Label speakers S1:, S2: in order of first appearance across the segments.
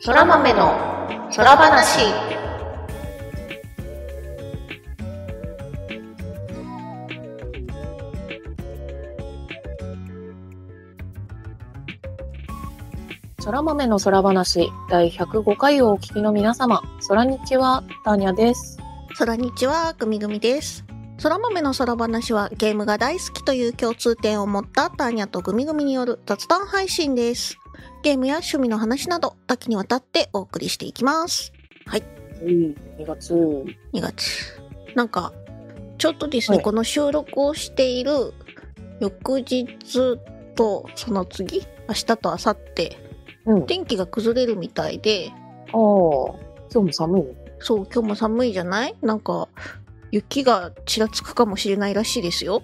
S1: そら豆の空話。そら豆の空話第105回をお聞きの皆様、そらにちは、ターニャです。
S2: 空にちは、ぐみぐみです。空豆の空話はゲームが大好きという共通点を持ったターニャとグミグミによる雑談配信です。ゲームや趣味の話など多岐にわたってお送りしていきます。
S1: うん、2月。
S2: 2月。なんか、ちょっとですね、
S1: はい
S2: この収録をしている翌日とその次、明日と明後日、
S1: うん。
S2: 天気が崩れるみたいで、
S1: ああ、今日も寒いね。
S2: そう、今日も寒いじゃないなんか、雪がちらつくかもしれないらしいですよ。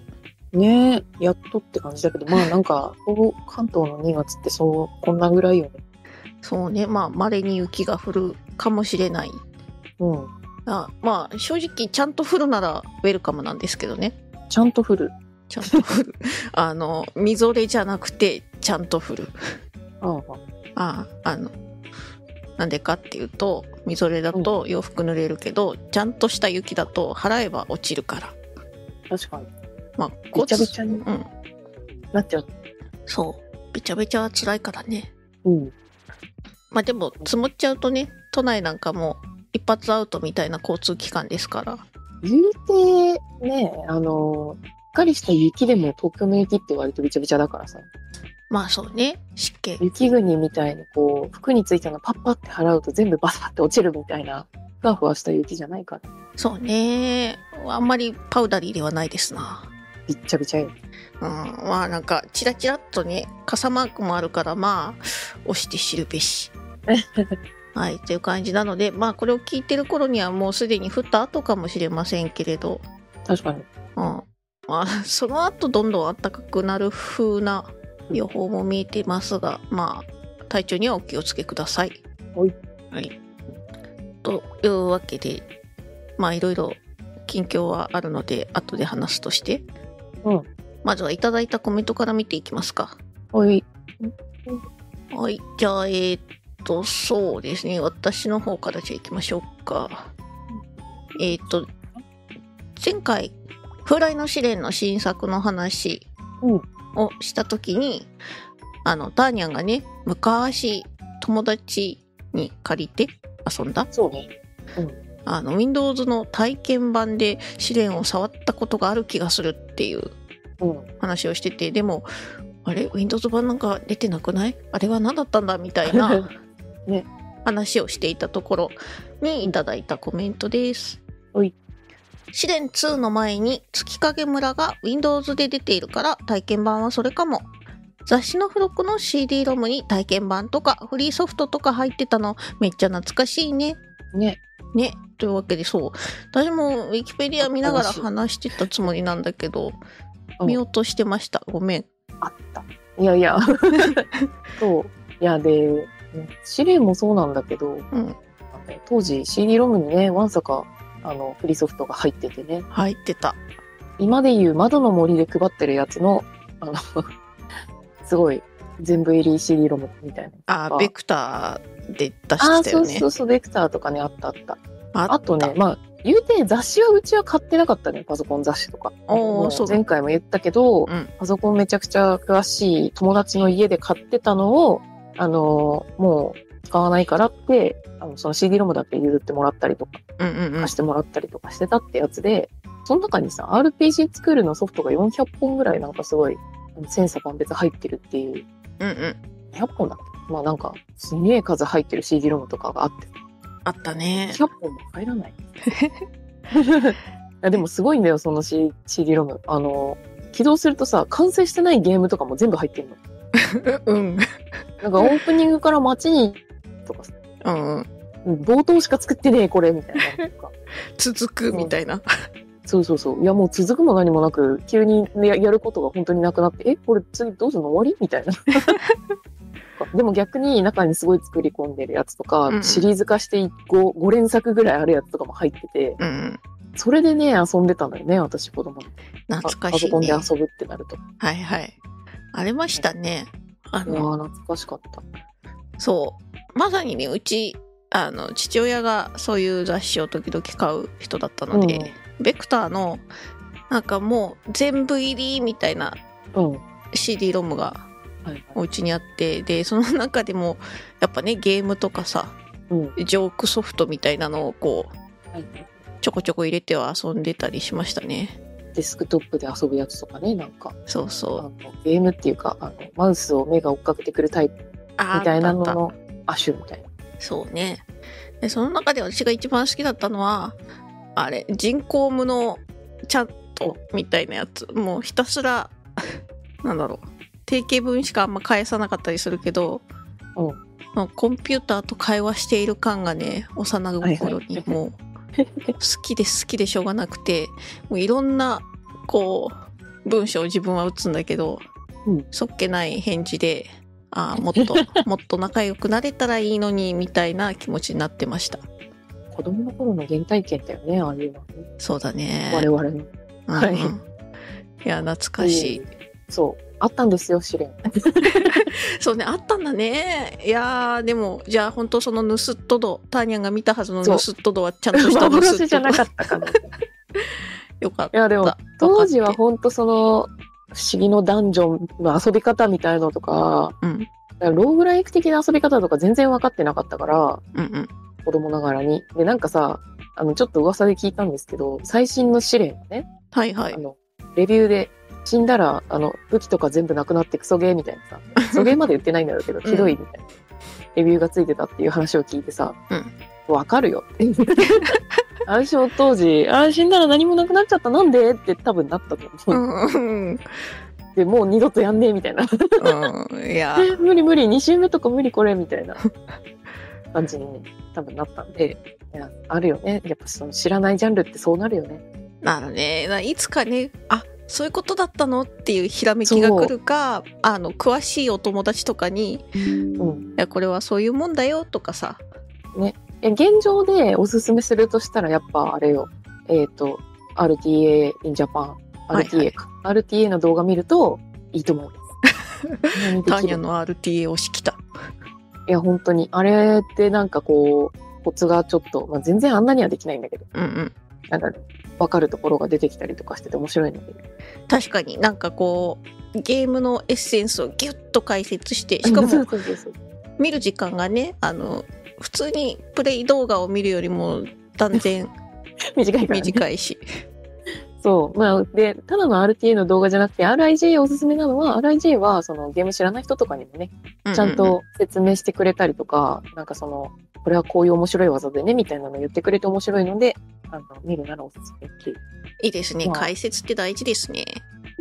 S1: ねえ、やっとって感じだけど、まあなんか、東関東の2月ってそう、こんなぐらいよね。
S2: そうね、まあ、稀に雪が降るかもしれない。
S1: うん。
S2: あまあ、正直、ちゃんと降るならウェルカムなんですけどね。
S1: ちゃんと降る。
S2: ちゃんと降 る。あの、みぞれじゃなくて、ちゃんと降る。
S1: ああ、
S2: ああの、なんでかっていうと、みぞれだと洋服濡れるけど、ちゃんとした雪だと払えば落ちるから。
S1: 確かに。
S2: まあ、
S1: ぐ
S2: ご
S1: ちゃ
S2: つ
S1: ぐちゃに
S2: うん。
S1: なっちゃう。
S2: そう。べちゃべちゃは辛いからね。
S1: うん。
S2: まあでも、積もっちゃうとね、都内なんかも一発アウトみたいな交通機関ですから。
S1: 言うて、ね、あの、しっかりした雪でも東京の雪って割とびちゃびちゃだからさ、
S2: まあそうね、湿気。
S1: 雪国みたいにこう、服についたのパッパって払うと全部バサって落ちるみたいな、ふわふわした雪じゃないから、
S2: そうね。あんまりパウダリーではないですな。
S1: びっちゃびちゃよ。
S2: うん。まあなんか、チラチラっとね、傘マークもあるから、まあ、押して知るべし。はい、という感じなので、まあこれを聞いてる頃にはもうすでに降った後かもしれませんけれど、
S1: 確かに。
S2: うん。まあ、その後どんどん暖かくなる風な予報も見えてますが、まあ、体調にはお気をつけください。
S1: はい。
S2: はい。というわけで、まあ、いろいろ近況はあるので、後で話すとして。
S1: うん。
S2: まずはいただいたコメントから見ていきますか。
S1: おい。
S2: はい。じゃあ、えーっと、そうですね。私の方からじゃあ行きましょうか。えーっと、前回、風来の試練の新作の話
S1: うん
S2: をしたときに、あの、ターニャンがね、昔、友達に借りて遊んだ、
S1: そうね。
S2: あの、Windows の体験版で試練を触ったことがある気がするっていう
S1: うん。
S2: 話をしてて、でも、あれ ?Windows 版なんか出てなくないあれは何だったんだみたいな。 話をしていたところにいただいたコメントです。
S1: はい。
S2: 試練2の前に月影村が Windows で出ているから体験版はそれかも。雑誌の付録の CD ロムに体験版とかフリーソフトとか入ってたのめっちゃ懐かしいね。
S1: ね。
S2: ね。というわけでそう。私も Wikipedia 見ながら
S1: 懐
S2: 話してたつもりなんだけど
S1: う、ん
S2: 見落としてました。ごめん。
S1: あった。いやい や。そう。いや、で、うん試練もそうなんだけど、
S2: うん。
S1: あの当時 CD ロムにね、わんさか、あの、フリーソフトが入っててね、
S2: 入ってた。
S1: 今でいう窓の森で配ってるやつの、あの、 すごい、全部入り CD ロムみたいな。
S2: あ
S1: あ
S2: ー、ベクターで出
S1: あ
S2: し
S1: あ、
S2: てた
S1: そ
S2: よ
S1: う
S2: ね
S1: そ。うそう、ベクターとかね、あったあった。
S2: あ
S1: あとね、まあ、言うて雑誌はうちは買ってなかったね、パソコン雑誌とか。
S2: おー
S1: も
S2: そう
S1: 前回も言ったけど、
S2: うん
S1: パソコンめちゃくちゃ詳しい友達の家で買ってたのを、あのーもう使わないからって、あのその CD ロムだけ譲ってもらったりとか、
S2: うんうんうん
S1: 貸。してもらったりとかしてたってやつで、その中にさ、RPG ツクールのソフトが400本ぐらいなんかすごい、千差万別入ってるっていう、
S2: うんうん。
S1: 100本だっけまあなんか、すげえ数入ってる CD ロムとかがあって、
S2: あったね。
S1: 100本も入 らない。いやでもすごいんだよ、その C- CD ロム。あの、起動するとさ、完成してないゲームとかも全部入ってるの。
S2: うん。
S1: なん かオープニングから街に、とかさ、
S2: うん。
S1: 冒頭しか作ってねえ、これ、みたいなのとか。
S2: 続くみたいな。
S1: そうそうそう。いや、もう続くも何もなく、急にややることが本当になくなって、え、これ次どうするの終わりみたいな。でも 逆に中にすごい作り込んでるやつとか、
S2: うん
S1: シリーズ化して 5, 5連作ぐらいあるやつとかも入ってて、
S2: うん。
S1: それでね、遊んでたんだよね、私子供の時
S2: 懐か
S1: パ
S2: し
S1: ソ
S2: い
S1: コンで
S2: ね。
S1: 遊ぶってなると。
S2: はいはい。ありましたね。あ
S1: う
S2: の、
S1: わー懐かしかった。
S2: そうまさにねうちあの父親がそういう雑誌を時々買う人だったので、ベクターのなんかもう全部入りみたいな
S1: うん。はい
S2: CD ロムが
S1: はい。
S2: お家にあってでその中でもやっぱねゲームとかさ
S1: うん。は
S2: ジョークソフトみたいなのをこう
S1: い。
S2: ちょこちょこ入れては遊んでたりしましたね
S1: デスクトップで遊ぶやつとかね、なんか、
S2: そう
S1: あ
S2: そう
S1: のゲームっていうか、あのマウスを目が追っかけてくるタイプ
S2: あー
S1: みたいな
S2: あ
S1: の
S2: ったあった
S1: の亜種みたいな。
S2: そうね。で、その中で私が一番好きだったのは、あれ、人工無のチャットみたいなやつ。もうひたすら、 なんだろう。定型文しかあんま返さなかったりするけど、
S1: うん
S2: もうコンピューターと会話している感がね、幼い頃
S1: はいは
S2: に
S1: い
S2: もう、好きで好きでしょうがなくて、もういろんな、こう、文章を自分は打つんだけど、
S1: うん
S2: そっけない返事で、ああ、もっと、もっと仲良くなれたらいいのに、みたいな気持ちになってました。
S1: 子供の頃の原体験だよね、ああいうのはね、
S2: そうだね。
S1: 我々の。
S2: うん
S1: はい
S2: いや、懐かしい。
S1: うんそう。あったんですよ、試練。
S2: そうね、あったんだね。いやー、でも、じゃあ本当その盗っ人度、ターニャンが見たはずの
S1: そう
S2: 盗っ人度はちゃんとした 盗っ人
S1: 幻じゃなか
S2: 度。
S1: ったかな。い
S2: よかった。
S1: や、でも、当時は
S2: 分かっ
S1: 本当その、不思議のダンジョンの遊び方みたいのとか、
S2: てうん、
S1: だからローグライク的な遊び方とか全然分かってなかったから、
S2: うん、うん。
S1: 子供ながらに。で、なんかさ、あの、ちょっと噂で聞いたんですけど、最新の試練がね、
S2: はいはい
S1: あ。の、レビューで、死んだら、あの、武器とか全部なくなってクソゲーみたいなさ、クソゲーまで言ってないんだろうけど、
S2: うん
S1: ひどいみたいな、レビューがついてたっていう話を聞いてさ、わ、かるよって。暗証当時、あー死んだら何もなくなっちゃった、なんでって多分なったと
S2: う
S1: 思う。
S2: ん、うん、
S1: で、もう二度とやんねえみたいな。
S2: うん。いやー、
S1: 無理無理、2周目とか無理これみたいな感じに多分なったんで、いやあるよね。やっぱその知らないジャンルってそうなるよね。
S2: なるねないつかねあそういうことだったのっていうひらめきが
S1: そう
S2: 来るかあの詳しいお友達とかに「い
S1: うん。
S2: やこれはそういうもんだよ」とかさ
S1: え現状でおすすめするとしたら、やっぱあれよ、えっ、と、RTA in Japan、
S2: はいは
S1: RTA
S2: い
S1: か、RTA の動画見るといいと思い ます。何
S2: 「
S1: で
S2: タ
S1: き
S2: ーニ
S1: る
S2: ャの RTA をしきた
S1: いや、本当に。あれってなんかこう、コツがちょっと、まあ、全然あんなにはできないんだけど、」
S2: うんうん
S1: なんか、わかるところが出てきたりとかしてて面白いんだけど。
S2: 確かになんかこうゲームのエッセンスをギュッと解説してしか
S1: そう
S2: も
S1: そうそうそう
S2: 見る時間がねあの普通にプレイ動画を見るよりも断然
S1: 短いから、ね。
S2: 短いし
S1: そう。まあ、で、ただの RTA の動画じゃなくて、RIJ おすすめなのは、RIJ は、その、ゲーム知らない人とかにもね、ちゃん
S2: ううう
S1: と説明してくれたりとか、なんかその、これはこういう面白い技でね、みたいなの言ってくれて面白いので、あの、見るならおすすめっていう。
S2: いいですね
S1: まあ
S2: 解説って大事ですね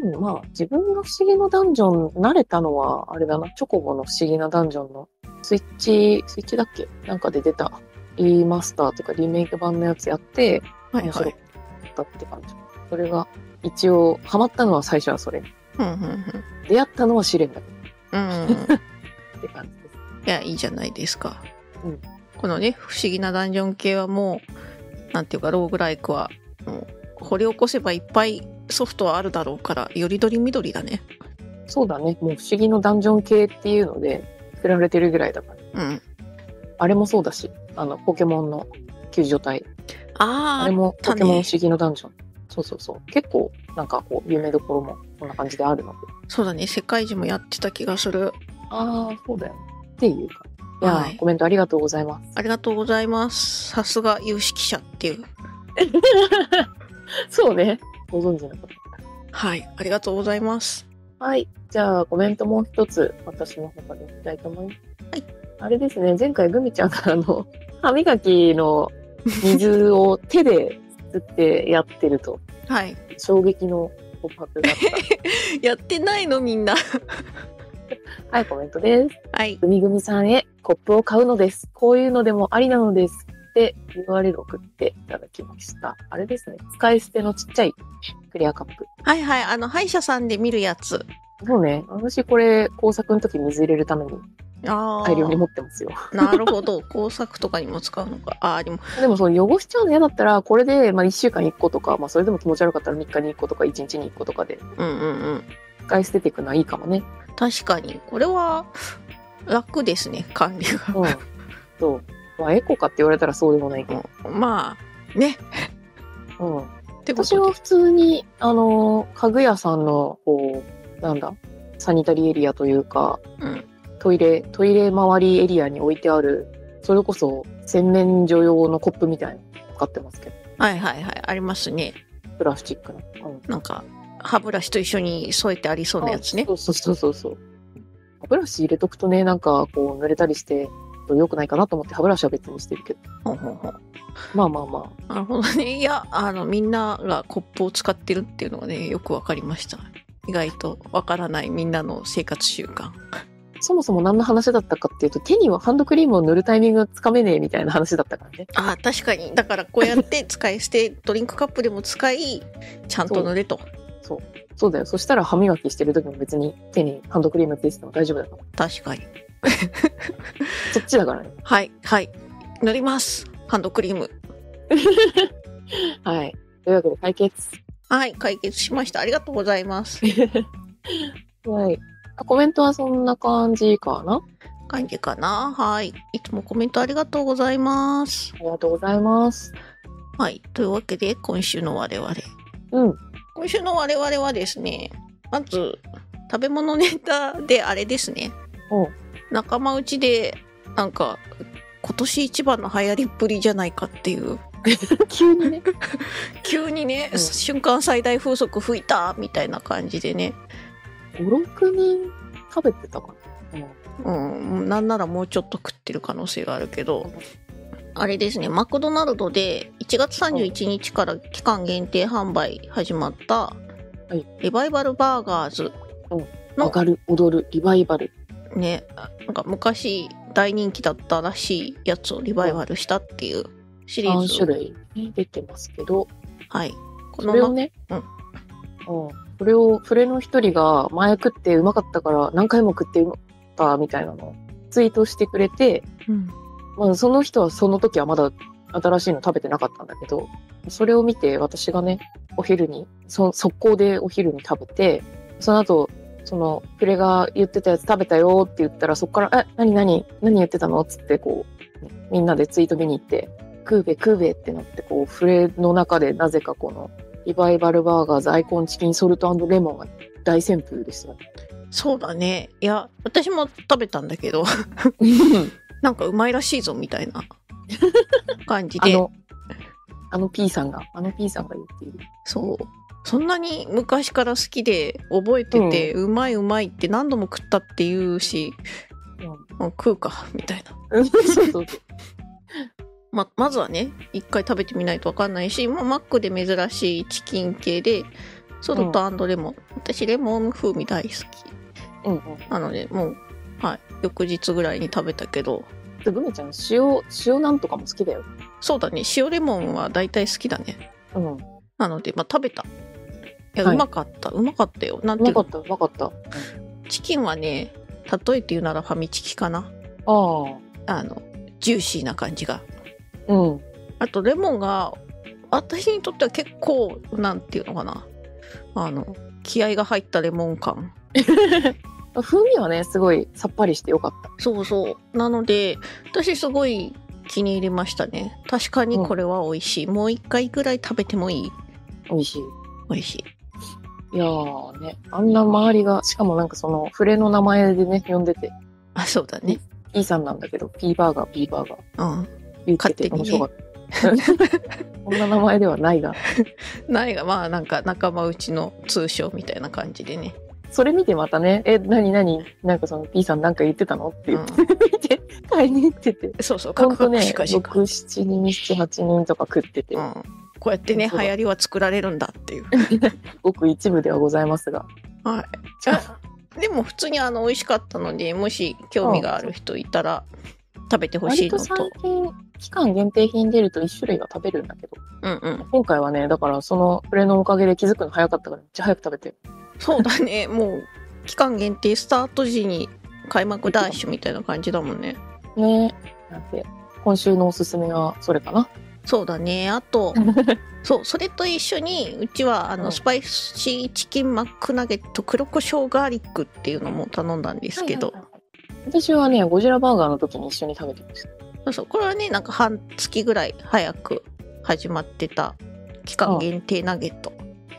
S1: うんまあ、自分が不思議のダンジョン、慣れたのは、あれだな、チョコボの不思議なダンジョンの、スイッチ、スイッチだっけなんかで出た、E マスターというかリメイク版のやつやって、
S2: はい
S1: 面白
S2: は
S1: か
S2: い
S1: ったって感じ。それが、一応、ハマったのは最初はそれ。
S2: うんうんうん
S1: 出会ったのは試練だけ
S2: うんう ん
S1: って感じです。
S2: いや、いいじゃないですか。
S1: うん
S2: このね、不思議なダンジョン系はもう、なんていうか、ローグライクは、もう、掘り起こせばいっぱいソフトはあるだろうから、よりどりみどりだね。
S1: そうだね。もう不思議のダンジョン系っていうので、振られてるぐらいだから。
S2: うん。
S1: あれもそうだし、あの、ポケモンの救助隊。あ
S2: あ
S1: れ
S2: ー、
S1: も
S2: た
S1: ポ
S2: ね
S1: ケモン不思議のダンジョン。そうそうそう。結構、なんかこう、有名どころもこんな感じであるので。
S2: そうだね、世界中もやってた気がする。
S1: ああ、そうだよ、ね。っていうか。いやー、
S2: はい
S1: コメントありがとうござい ます。
S2: ありがとうございます。さすが有識者っていう。
S1: そうね。ご存知の方。
S2: はい、ありがとうございます。
S1: はい。じゃあ、コメントもう一つ、私の方でいきたいと思います。
S2: はい。
S1: あれですね、前回、グミちゃんが、あの、歯磨きの水を手で吸ってやってると、
S2: はい。
S1: 衝撃の告白があっ
S2: やってないのみんな。
S1: た。はい、コメントです。
S2: はい。
S1: グミグミさんへ、コップを買うのです。こういうのでもありなのです。で、URL 送っていただきました。あれですね、使い捨てのちっちゃいクリアカップ。
S2: はいはい、あの、歯医者さんで見るやつ。
S1: そうね、私これ、工作の時水入れるために
S2: ああ。
S1: 大量に持ってますよ。
S2: なるほど。工作とかにも使うのか。ああ、でも、
S1: でもその汚しちゃうの嫌だったら、これで、まあ、1週間1個とか、まあ、それでも気持ち悪かったら3日に1個とか、1日に1個とかで
S2: うんうんうん。
S1: 使い捨てていくのはいいかもね。
S2: 確かにこれは楽ですね管理が、
S1: うん。そう。まあ、エコかって言われたらそうでもないけど。
S2: まあね
S1: うん。
S2: ってこ
S1: 私は
S2: とで
S1: 普通に、あの、家具屋さんの、こう、なんだ、サニタリーエリアというか、
S2: うん
S1: トイレ、トイレ周りエリアに置いてある、それこそ洗面所用のコップみたいなの使ってますけど、
S2: はいはいはいありますね
S1: プラスチックの。うん
S2: なんか歯ブラシと一緒に添えてありそうなやつね
S1: そうそうそうそうそう。歯ブラシ入れとくとね、なんかこう濡れたりして、良くないかなと思って歯ブラシは別にしてるけど。
S2: ほうほうほう
S1: まあまあまあ。
S2: なるほどねいやあのみんながコップを使ってるっていうのがねよくわかりました意外とわからないみんなの生活習慣
S1: そもそも何の話だったかっていうと、手にはハンドクリームを塗るタイミングがつかめねえみたいな話だったからね。
S2: あ確かにだからこうやって使い捨てドリンクカップでも使いちゃんと塗れと
S1: そうだよ。そしたら歯磨きしてる時も別に手にハンドクリームついてても大丈夫だから。
S2: 確かに
S1: そっちだから ね。
S2: はいはい塗りますハンドクリーム
S1: はい。というわけで解決。
S2: はい解決しましたありがとうござい ます
S1: はい。あコメントはそんな感じかな
S2: 感じかなはいいつもコメントありがとうございます
S1: ありがとうございます。
S2: はいというわけで今週の我々
S1: うん。
S2: 今週の我々はですねまず食べ物ネタであれですね
S1: おう
S2: 仲間内でなんか今年一番の流行りっぷりじゃないかっていう
S1: 急にね。
S2: 急にね、
S1: うん
S2: 瞬間最大風速吹いたみたいな感じでね、
S1: 5、6人食べてたかな。うん
S2: うん、なんならもうちょっと食ってる可能性があるけどあれですねマクドナルドで1月31日から期間限定販売始まった
S1: い
S2: リバイバルバーガーズの
S1: 上がる、踊る、リバイバル。
S2: ねなんか昔大人気だったらしいやつをリバイバルしたっていうシリー
S1: 3
S2: ズ
S1: 種類ね出てますけど、
S2: はいこ
S1: それを
S2: の
S1: ね、
S2: うん
S1: うんそれを、それの一人が前食ってうまかったから何回も食ってうまかったみたいなのをツイートしてくれて、
S2: うん
S1: まあ、その人はその時はまだ新しいの食べてなかったんだけど、それを見て私がね、お昼に、そ速攻でお昼に食べて、その後、その、プレが言ってたやつ食べたよって言ったら、そこから、え、何何何言ってたのつって、こう、みんなでツイート見に行って、食うべ食うべってなって、こう、フレの中でなぜかこの、リバイバルバーガーズアイコンチキンソルトレモンが大旋風でしたね。
S2: そうだねいや私も食べたんだけど なんかうまいらしいぞみた いな感じ
S1: あ
S2: で
S1: の、あの P さんが、あの P さんが言っている。
S2: そうそんなに昔から好きで覚えてて、うまいうまいって何度も食ったって言うし、
S1: うん
S2: うん食うかみたいな
S1: うん そうそう
S2: ままずはね一回食べてみないと分かんないし、まあ、マックで珍しいチキン系でソルトレモン、私レモン風味大好き
S1: うんうん。
S2: なのでもう、はい、翌日ぐらいに食べたけど
S1: で、ぐめちゃん、塩、塩なんとかも好きだよ。
S2: そうだね塩レモンは大体好きだね
S1: うん。
S2: なので、まあ、食べた。いや、
S1: はいう
S2: まかった。うまかったよ。なん
S1: う
S2: てい
S1: ま
S2: う
S1: か
S2: の
S1: った、うまかった。
S2: チキンはね、例えて言うならファミチキかな。
S1: ああ。
S2: あの、ジューシーな感じが。
S1: うん。
S2: あと、レモンが、私にとっては結構、なんていうのかな。あの、気合が入ったレモン感。
S1: 風味はね、すごいさっぱりしてよかった。
S2: そうそう。なので、私すごい気に入りましたね。確かにこれは美味しい。もう一回ぐらい食べてもいい。
S1: 美味しい。
S2: 美味しい。
S1: いやーね、あんな周りが、しかもなんかその、フレの名前でね、呼んでて、
S2: あ、そうだね。
S1: P さんなんだけど、P バーガー、P バーガー
S2: うん。
S1: 言ってて面
S2: 勝手にね
S1: 白かった。 こんな名前ではないが、
S2: ないが、まあ、なんか仲間内の通称みたいな感じでね。
S1: それ見てまたね、え、なになに、なんかその P さんなんか言ってたのって言って、見て、買いに行ってて。
S2: そうそう、
S1: ほ
S2: カ
S1: ん
S2: ク
S1: と
S2: カ
S1: ね、
S2: クシカシ
S1: 6、
S2: カ。うん、
S1: 7人、7、8人とか食ってて、
S2: こうやってね、
S1: そ
S2: 流
S1: うだ
S2: 行りは作られるんだっていう。
S1: ごく一部ではございますが、
S2: はい。でも普通にあの美味しかったので、もし興味がある人いたら食べてほ
S1: 割
S2: しいの
S1: と
S2: と。
S1: 最近期間限定品出ると1種類は食べるんだけど
S2: うんうん。
S1: 今回はねだからそのプレのおかげで気づくの早かったからめっちゃ早く食べて
S2: そうだね、もう期間限定スタート時に開幕ダッシュみたいな感じだもんね。
S1: ねなんで今週のおすすめはそれかな
S2: そうだね、あ と、そう、それと一緒に、うちはあ
S1: う
S2: の
S1: ん
S2: スパイシーチキンマックナゲット黒胡椒ガーリックっていうのも頼んだんですけど、
S1: 私はね、ゴジラバーガーの時に一緒に食べてました。
S2: そうそうこれはねなんか半月ぐらい早く始まってた期間限定ナゲット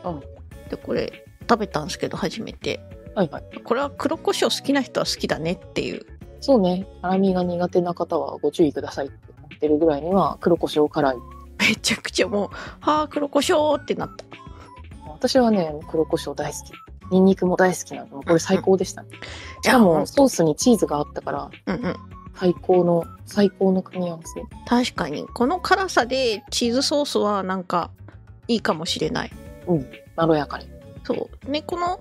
S1: うん
S2: でこれ食べたんですけど初めて
S1: はいはい。
S2: これは黒胡椒好きな人は好きだねっていう
S1: そうね、辛味が苦手な方はご注意くださいって言ってるぐらいには黒胡椒辛い。
S2: めちゃくちゃもうああ黒胡椒ってなった
S1: 私はね、黒胡椒大好き。ニンニクも大好きなんで、もうこれ最高でしたね。しか
S2: いや
S1: もソースにチーズがあったから、
S2: うんうん
S1: 最高の、最高の組み合わせ。
S2: 確かにこの辛さでチーズソースはなんかいいかもしれない
S1: まろやかに。
S2: そうねこの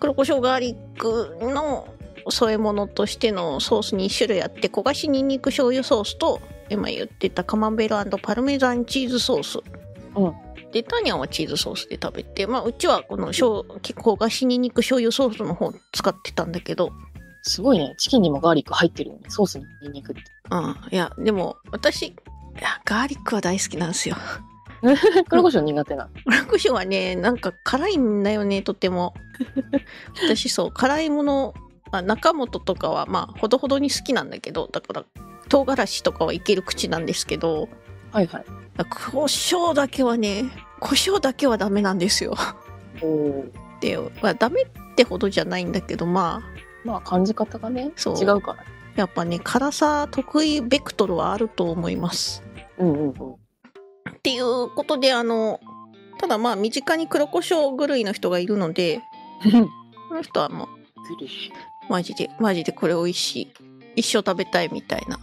S2: 黒胡椒ガーリックの添え物としてのソース2種類あって焦がしにんにく醤油ソースと今言ってたカマンベールパルメザンチーズソース、
S1: うん
S2: でタニャンはチーズソースで食べて、まあ、うちはこの醤結構焦がしにんにく醤油ソースの方使ってたんだけど
S1: すごいね、チキンにもガーリック入ってるよね、ソースにニンニクって。
S2: うんいやでも私いやガーリックは大好きなんですよ
S1: 黒胡椒苦手な。
S2: 黒胡椒はねなんか辛いんだよねとても私そう辛いものあ中本とかはまあほどほどに好きなんだけどだから唐辛子とかはいける口なんですけど
S1: はいはい。
S2: 胡椒だけはね胡椒だけはダメなんですよ
S1: おー
S2: で、まあ、ダメってほどじゃないんだけどまあ
S1: まあ感じ方がね、
S2: そう
S1: 違うから。
S2: やっぱね辛さ得意ベクトルはあると思います
S1: うん うんうん。
S2: っていうことであのただまあ身近に黒胡椒狂いの人がいるのでこの人はもう
S1: グリシ
S2: マジでマジでこれ美味しい一生食べたいみたい な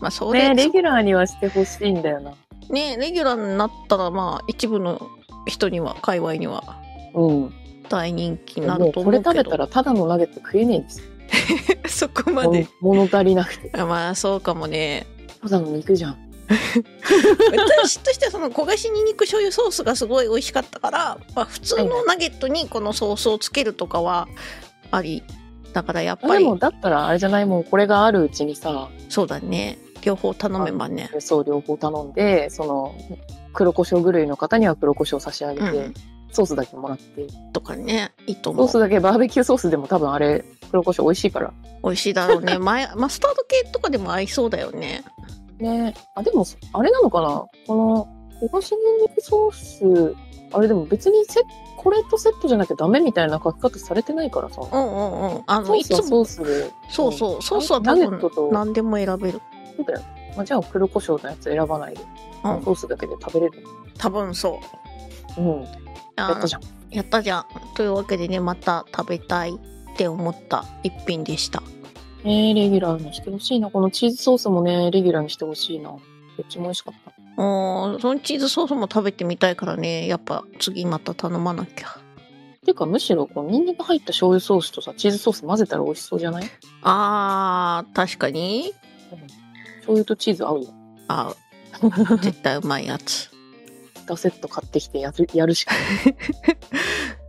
S2: まあそれ
S1: ね
S2: ね
S1: レギュラーにはしてほしいんだよな。
S2: レギュラーになったらまあ一部の人には界隈には
S1: うん。
S2: 大人気にな
S1: も
S2: る
S1: う
S2: と
S1: こ
S2: 思う
S1: れ
S2: けど
S1: 食べたらただのナゲット食えねえです。
S2: そこまで
S1: もの物足りなくて。
S2: まあそうかもね
S1: ただの肉じゃん。
S2: 私としてはその焦がしにんにく醤油ソースがすごい美味しかったから、まあ、普通のナゲットにこのソースをつけるとかはありだからやっ
S1: あ
S2: ぱ
S1: で
S2: り
S1: もだったらあれじゃないもうこれがあるうちにさ、
S2: そうだね両方頼めばね
S1: そう両方頼んで、その黒胡椒狂いの方には黒胡椒差し上げて、
S2: うん
S1: ソースだけもらって、
S2: とかねいい
S1: ソ
S2: と思
S1: ー
S2: う
S1: スだけバーベキューソースでも多分あれ黒胡椒美味しいから。
S2: 美味しいだ ろうねママスタード系とかでも合いそうだよね
S1: ねあでもあれなのかなこの焦がしにんにくソースあれでも別にセこれとセットじゃなきゃダメみたいな書き方されてないからさ、
S2: うんうんうんあ
S1: ソ
S2: のい
S1: ース
S2: つ
S1: は
S2: も
S1: ソースで
S2: そうそう、ソースは多
S1: ナゲット
S2: 分
S1: と
S2: 何でも選べる
S1: そうだよ、まあ、じゃあ黒胡椒のやつ選ばないで、
S2: うん
S1: ソースだけで食べれる
S2: 多分そう
S1: うん
S2: あ
S1: やったじゃん
S2: やったじゃんというわけでねまた食べたいって思った一品でした
S1: えー、レギュラーにしてほしいなこのチーズソースもねレギュラーにしてほしいなどっちも美味しかった
S2: おそのチーズソースも食べてみたいからねやっぱ次また頼まなきゃ
S1: ていうかむしろこうニンニク入った醤油ソースとさチーズソース混ぜたら美味しそうじゃない
S2: あー確かに
S1: 醤油とチーズ合うよ
S2: あ絶対うまいやつ
S1: 2セット買ってきてやるやるしか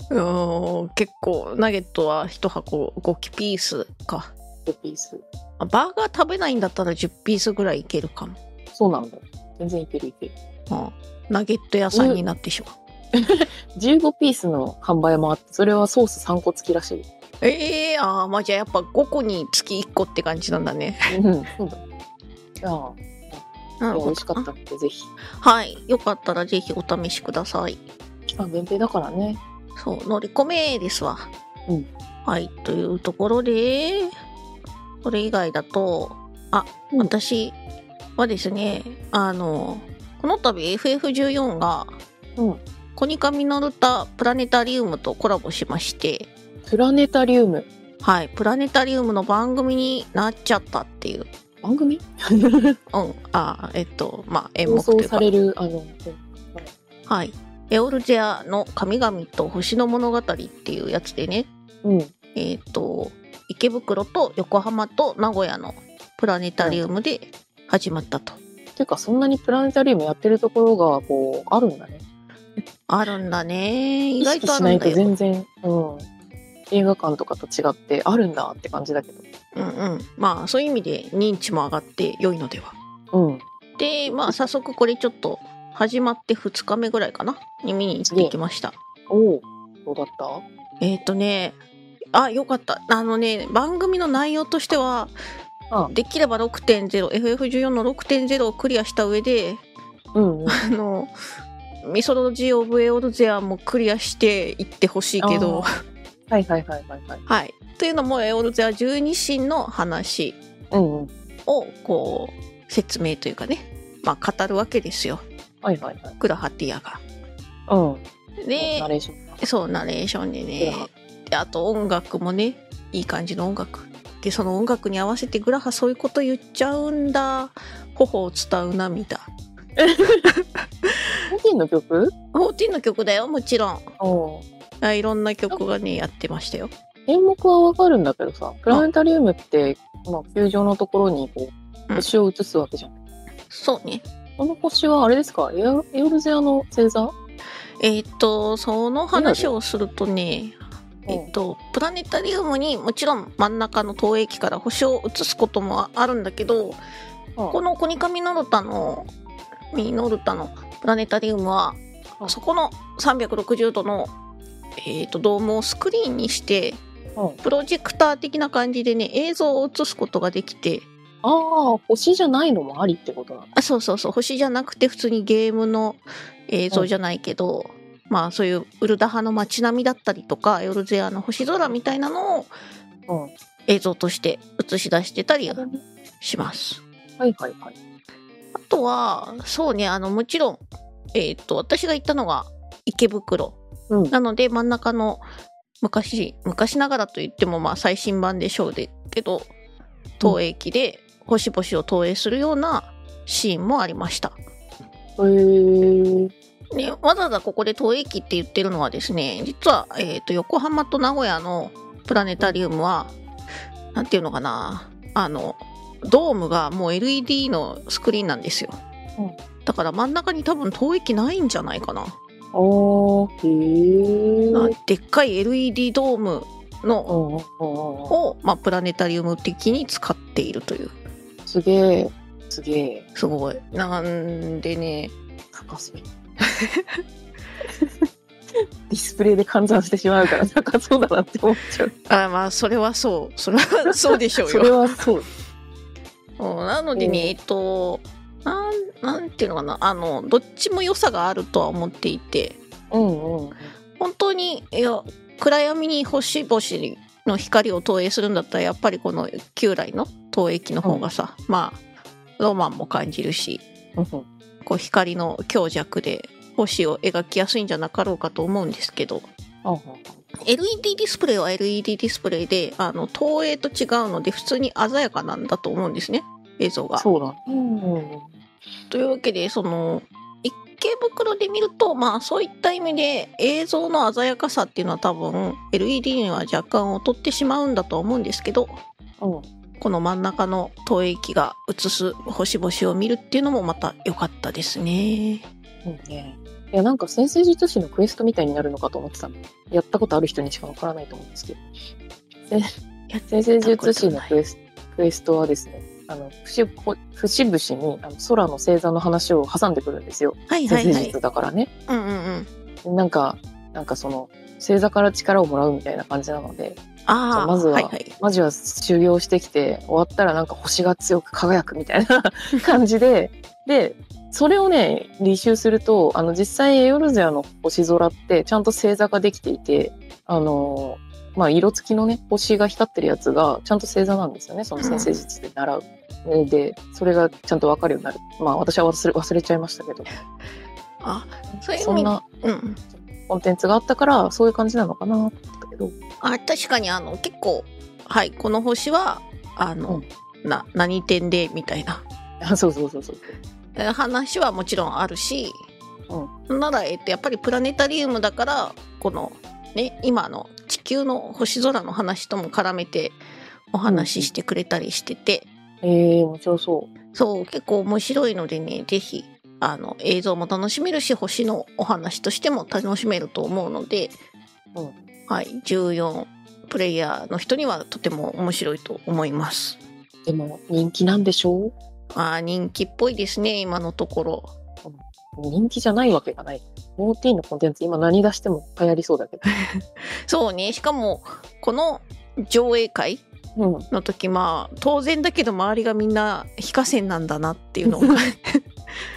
S1: ないう
S2: ーん結構ナゲットは1箱5ピースか
S1: 5ピース
S2: あバーガー食べないんだったら10ピースぐらいいけるかも、
S1: そうなんだよ。全然いけるいける。
S2: うんナゲット屋さんになってしまう、
S1: 15ピースの販売もあって、それはソース3個付きらしい。
S2: ええー、あーまあじゃあやっぱ5個につき1個って感じなんだね
S1: うん、そうだ。いやー
S2: な
S1: でも美味しかったので、ぜひ。
S2: はいよかったらぜひお試しください
S1: 期間限定だからね。
S2: そう乗り込めですわ、
S1: うん
S2: はいというところでこれ以外だとあ、
S1: うん
S2: 私はですねあのこの度 FF14 が、
S1: うん
S2: コニカミノルタプラネタリウムとコラボしまして
S1: プラネタリウム。
S2: はい、プラネタリウムの番組になっちゃったっていう、
S1: 番組
S2: うん、あ、えっと、まあ、演
S1: 放
S2: 目と
S1: 送
S2: いうか
S1: さ、れる、あの、うん
S2: はい、エオルジェアの神々と星の物語っていうやつでね、
S1: うん。
S2: えっと、池袋と横浜と名古屋のプラネタリウムで始まったと。
S1: てか、そんなにプラネタリウムやってるところが、こう、あるんだね。
S2: あるんだね。意
S1: 意
S2: 外
S1: 識
S2: とあ
S1: し
S2: る
S1: なんい
S2: だ
S1: と
S2: よ。
S1: 全然、うん。映画館とかと違って、あるんだって感じだけど。
S2: うんうん。まあ、そういう意味で認知も上がって良いのでは。
S1: うん。
S2: で、まあ、早速これちょっと始まって2日目ぐらいかなに見に行ってきました。
S1: おお、どうだった
S2: えっ、とね、あよかったあのね番組の内容としては
S1: うん
S2: できれば 6.0FF14 の6.0をクリアした上で
S1: うんうん。
S2: あのミソロジー・オブ・エオルゼアもクリアしていってほしいけど
S1: あはいはいはいはいはい。
S2: はいというのもエオルゼア12神の話
S1: うんうん。
S2: をこう説明というかねまあ語るわけですよ
S1: はいはいはい。
S2: グラハティアが。
S1: うん。
S2: で
S1: ナレーションが。
S2: そうナレーションでね
S1: グラハ
S2: であと音楽もねいい感じの音楽でその音楽に合わせてグラハそういうこと言っちゃうんだ頬を伝う涙
S1: 最近の曲
S2: 14の曲だよもちろん
S1: うん。
S2: あいろんな曲がねやってましたよ
S1: 演目はわかるんだけどさ、プラネタリウムって、まあ、球場のところにこう、
S2: うん
S1: 星を映すわけじゃん。
S2: そうね
S1: この星はあれですかエオエオルゼアの星座
S2: えーっとその話をするとねえっと、プラネタリウムにもちろん真ん中の投影機から星を映すこともあるんだけどこ
S1: こ
S2: のコニカミノルタのミノルタのプラネタリウムは
S1: うん
S2: そこの360度の、えー、とドームをスクリーンにして
S1: うん
S2: プロジェクター的な感じでね映像を映すことができて
S1: ああ、星じゃないのもありってことなんだ。
S2: あそうそうそう星じゃなくて普通にゲームの映像じゃないけど、まあそういうウルダハの街並みだったりとかエオルゼアの星空みたいなのを
S1: うん。は
S2: 映像として映し出してたり
S1: い
S2: します。
S1: はいはい。
S2: あとは、そうね、あの、もちろん、えっ、と、私が行ったのが池袋。
S1: うん。
S2: なので、真ん中の昔、昔ながらと言っても、まあ、最新版でしょうで、けど、投影機で星々を投影するようなシーンもありました。
S1: へえ。
S2: で、わざわざここで投影機って言ってるのはですね、実は、えっ、と、横浜と名古屋のプラネタリウムは、なんていうのかな、あの、ドームがもう LED のスクリーンなんですよ。
S1: うん
S2: だから真ん中に多分投影機ないんじゃないかな。
S1: ああ、へえ。
S2: まあでっかい LED ドーム
S1: う
S2: の、
S1: んうんうんうん。
S2: を、まあ、プラネタリウム的に使っているという。
S1: すげえ。すげえ。
S2: すごい。なんでね、
S1: 高そう。 ディスプレイで換算してしまうから高そうだなって思っちゃう。
S2: あまあ、それはそう。それはそうでしょう
S1: そ
S2: よ。
S1: れはそう。
S2: うんなのでね、
S1: うん
S2: えっとなんなんていうのかなあのどっちも良さがあるとは思っていて
S1: うんうん。
S2: 本当にいや暗闇に星々の光を投影するんだったらやっぱりこの旧来の投影機の方がさ、まあロマンも感じるし
S1: うん
S2: こう光の強弱で星を描きやすいんじゃなかろうかと思うんですけど
S1: ああ
S2: LED ディスプレイは LED ディスプレイであの投影と違うので普通に鮮やかなんだと思うんですね映像が。
S1: そうだ。うんうん。
S2: というわけでその池袋で見るとまあそういった意味で映像の鮮やかさっていうのは多分 LED には若干劣ってしまうんだと思うんですけど
S1: うん。
S2: この真ん中の投影機が映す星々を見るっていうのもまた良かったですね。
S1: うんね。いや、なんか先生術師のクエストみたいになるのかと思ってたの。やったことある人にしかわからないと思うんですけど。
S2: やっ
S1: 先生術師のクエスクエストはですね、あの、節々節々にあの空の星座の話を挟んでくるんですよ。
S2: はいは
S1: 先生
S2: いはい。
S1: 術だからね。
S2: うんうんうん。
S1: なんか、なんかその、星座から力をもらうみたいな感じなので、
S2: あ
S1: そ
S2: あ、
S1: うまずは
S2: はいはい。
S1: マジは修行してきて、終わったらなんか星が強く輝くみたい な感じで、で、それをね、履修すると、あの、実際エオルゼアの星空って、ちゃんと星座ができていて、あの、まあ、色付きのね、星が光ってるやつが、ちゃんと星座なんですよね、その先生術で習う。えで、それがちゃんとわかるようになる。まあ、私は忘れ忘れちゃいましたけど、
S2: あ、そういう意
S1: そん
S2: 味
S1: な
S2: うん。
S1: コンテンツがあったから、そういう感じなのかなって思ったけど、
S2: あ確かにあの結構はいこの星はあの、な何点でみたいな
S1: あそうそうそうそう。
S2: えー話はもちろんあるし、なら、えっと、やっぱりプラネタリウムだからこの、ね、今の地球の星空の話とも絡めてお話ししてくれたりしてて、
S1: ええ面白そ
S2: そう結構面白いのでね是非あの映像も楽しめるし星のお話としても楽しめると思うので、
S1: うん
S2: はい、14プレイヤーの人にはとても面白いと思います。
S1: う。でも人気なんでしょう。
S2: あー人気っぽいですね今のところ。
S1: 人気じゃないわけがない。14のコンテンツ、今何出しても流行りそうだけ
S2: そうねしかもこの上映会
S1: ど。うん。
S2: の時まあ当然だけど周りがみんな非課線なんだなってい うのを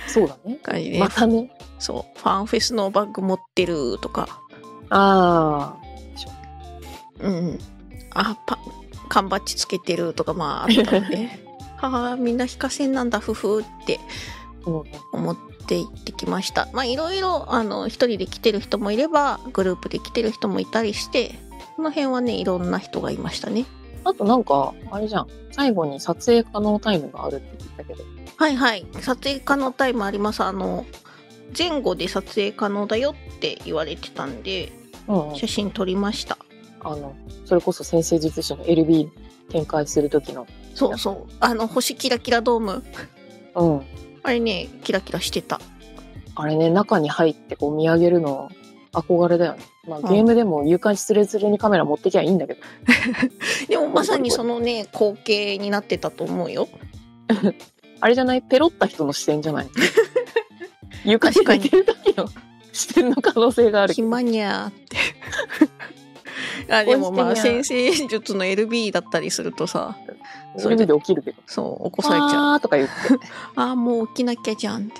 S1: そうだね。
S2: 感じね、
S1: またね。
S2: そうファンフェスのバッグ持ってるとか
S1: あ
S2: うんあパ缶バッジつけてるとかまああったので はあみんな非課線なんだふふって
S1: あ。うん。
S2: 思って行ってきましたまあいろいろあの一人で来てる人もいればグループで来てる人もいたりしてこの辺はねいろんな人がいましたね
S1: あとなんか、あれじゃん。最後に撮影可能タイムがあるって言ったけど。
S2: はいはい撮影可能タイムありますあの前後で撮影可能だよって言われてたんで
S1: うん、うん。
S2: 写真撮りました
S1: あの、それこそ先生術師の LB 展開する時の。
S2: そうそうあの星キラキラドーム
S1: うん。
S2: あれねキラキラしてた
S1: あれね、中に入ってこう見上げるの憧れだよね。まあ、
S2: ん
S1: ゲームでも床にスレスレにカメラ持ってきゃいいんだけど。
S2: でもまさにそのね光景になってたと思うよ
S1: あれじゃないペロった人の視線じゃない 床に寝てる時の視点の可能性がある。
S2: 暇にゃ ーってあでもまあ
S1: 恋してにゃ
S2: 先生術の LB だったりするとさ
S1: それで起きるけど。
S2: そう起こされちゃう
S1: あーとか言って。
S2: ああもう起きなきゃじゃんって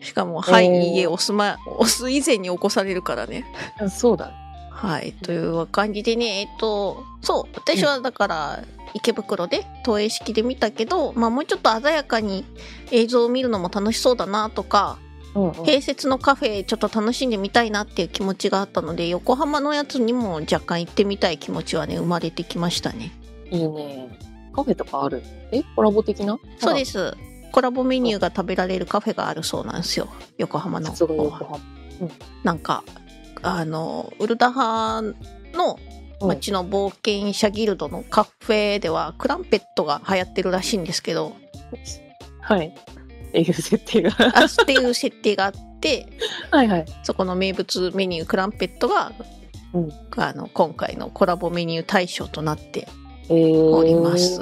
S2: しかも「はい、
S1: えー
S2: いいえ押す,、ま、押す以前に起こされるからね
S1: そうだね。
S2: はいという感じでねえっとそう私はだから池袋で投影式で見たけど、まあ、もうちょっと鮮やかに映像を見るのも楽しそうだなとか
S1: うん、うん。
S2: 併設のカフェちょっと楽しんでみたいなっていう気持ちがあったので横浜のやつにも若干行ってみたい気持ちはね生まれてきましたね
S1: いいね。カフェとかあるえコラボ的な。
S2: そうですすコラボメニューが食べられるカフェがあるそうなんですよ横浜の
S1: さすが横浜。
S2: なんかあのウルダハの
S1: うん
S2: 町の冒険者ギルドのカフェではクランペットが流行ってるらしいんですけど
S1: はい。っていう設定が。
S2: あっていう設定があ って
S1: はいはい。
S2: そこの名物メニュークランペットが、
S1: うん
S2: あの今回のコラボメニュー大賞となって
S1: えー、
S2: おります。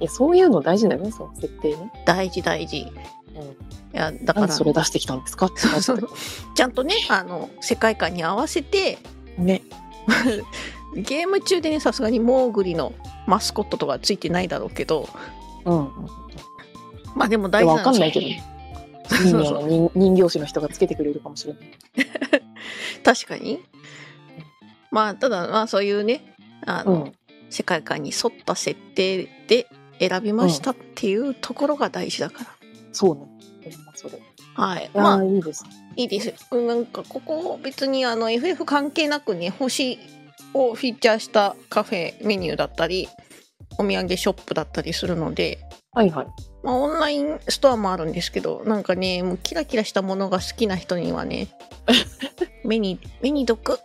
S1: いや、そういうの大事だよね、その設定ね。
S2: 大事大事。
S1: うん
S2: いやだか
S1: なん
S2: ら
S1: でそれ出してきたんですかって
S2: そ
S1: な
S2: う
S1: って
S2: そうちゃんとねあの世界観に合わせて
S1: ね。
S2: ゲーム中でねさすがにモーグリのマスコットとかついてないだろうけど
S1: うん。
S2: まあでも大事なんですよ
S1: いやわかんない
S2: そう
S1: いい
S2: そう
S1: ね
S2: そう
S1: の人人形師の人がつけてくれるかもしれない。
S2: 確かにまあただまあそういうねあ
S1: う
S2: の、
S1: ん。
S2: 世界観に沿った設定で選びましたっていうところが大事だから、
S1: そうね。ほんまそれ。い
S2: はい
S1: やー、
S2: まあ
S1: いいです。
S2: いいですうんなんかここ別にあの FF 関係なくね星をフィーチャーしたカフェメニューだったりお土産ショップだったりするので、
S1: はいはい。
S2: まあ、オンラインストアもあるんですけどなんかねもうキラキラしたものが好きな人にはね目に目に毒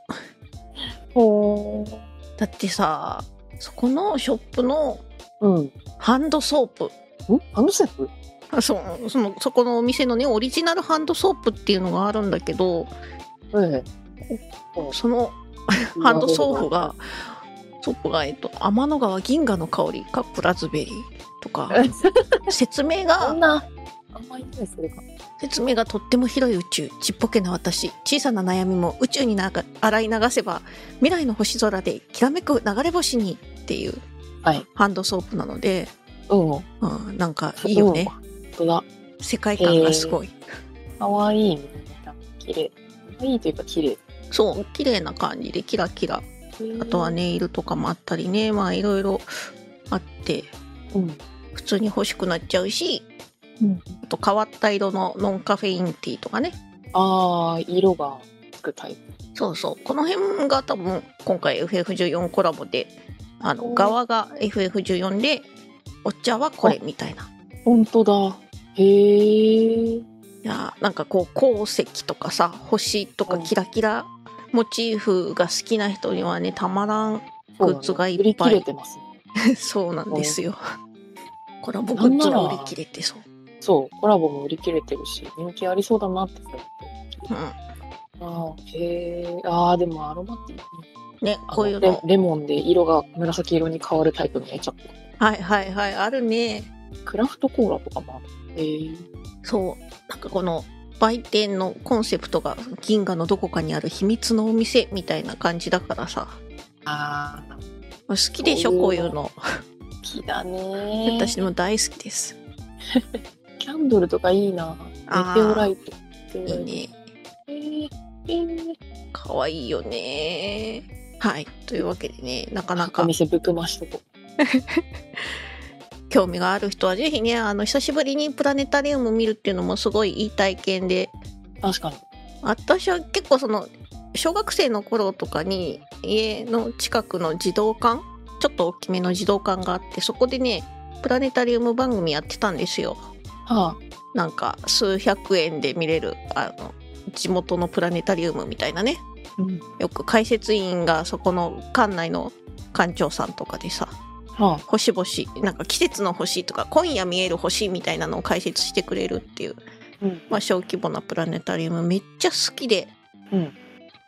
S1: ほー。
S2: だってさそこのショップの
S1: うん。ん
S2: ハンドソープ
S1: ハンドセップ
S2: あそうそのそこのお店のねオリジナルハンドソープっていうのがあるんだけど
S1: え
S2: その
S1: え。
S2: ハンドソープが、ソープが、えっと、天の川銀河の香りかプラズベリーとか、説明
S1: そ
S2: が
S1: ん、な、あんまりないそれか。
S2: 説明がとっても広い宇宙、ちっぽけな私、小さな悩みも宇宙になが洗い流せば、未来の星空できらめく流れ星にっていう
S1: はい。
S2: ハンドソープなので、
S1: うん。
S2: うん、なんかいいよね。
S1: うん。本当だ。
S2: 世界観がすごい。
S1: かわいい。綺麗。かわいいというか綺麗。
S2: そう、綺麗な感じでキラキラ。あとは。ネイルとかもあったりね、まあいろいろあって、
S1: うん。
S2: 普通に欲しくなっちゃうし、
S1: うん
S2: あと変わった色のノンカフェインティーとかね
S1: ああ、色がつくタイプ。
S2: そうそうこの辺が多分今回 FF14 コラボであ
S1: お
S2: の
S1: ー
S2: 側が FF14 でお茶はこれみたいな。
S1: 本当だ。へえ。
S2: いやーなんかこう鉱石とかさ星とか
S1: うん
S2: キラキラモチーフが好きな人にはねたまらん
S1: そうだね
S2: グッズがいっぱい
S1: 売り切れてますね。
S2: そうなんですよ。コラボ
S1: な
S2: グ
S1: ん
S2: ッ
S1: な
S2: ズ
S1: ら
S2: は売り切れてそう。
S1: そう、コラボも売り切れてるし、人気ありそうだなって思って。
S2: う
S1: ああ、へえ。ああ、でもアロマティックね。
S2: ん、ね
S1: あ
S2: こういう
S1: レ
S2: の
S1: レモンで色が紫色に変わるタイプのやつ。
S2: はいはいはいあるね。
S1: クラフトコーラとかもある。へえ。
S2: そうなんかこの売店のコンセプトが銀河のどこかにある秘密のお店みたいな感じだからさ
S1: ああ、
S2: 好きでしょこ
S1: そうう
S2: い
S1: いうう
S2: の
S1: 好きだね。
S2: 私も大好きです
S1: キャンドルとかいいな。
S2: あ
S1: メ
S2: ー
S1: テオライト。
S2: いい
S1: メテオ
S2: ね
S1: ライト。えー、えー、
S2: 可愛いよねはいというわけでねなかな
S1: お
S2: か
S1: 店ぶくましとこ
S2: 興味がある人はぜひねあの久しぶりにプラネタリウム見るっていうのもすごいいい体験で
S1: う。確かに。
S2: 私は結構その小学生の頃とかに家の近くの児童館ちょっと大きめの児童館があってそこでねプラネタリウム番組やってたんですよ
S1: は
S2: なんか数百円で見れるあの地元のプラネタリウムみたいなね
S1: あ。うん。
S2: よく解説委員がそこの館内の館長さんとかでさ
S1: は
S2: 星々なんか季節の星とか今夜見える星みたいなのを解説してくれるっていう、
S1: あ。うん。
S2: まあ、小規模なプラネタリウムめっちゃ好きで
S1: うん。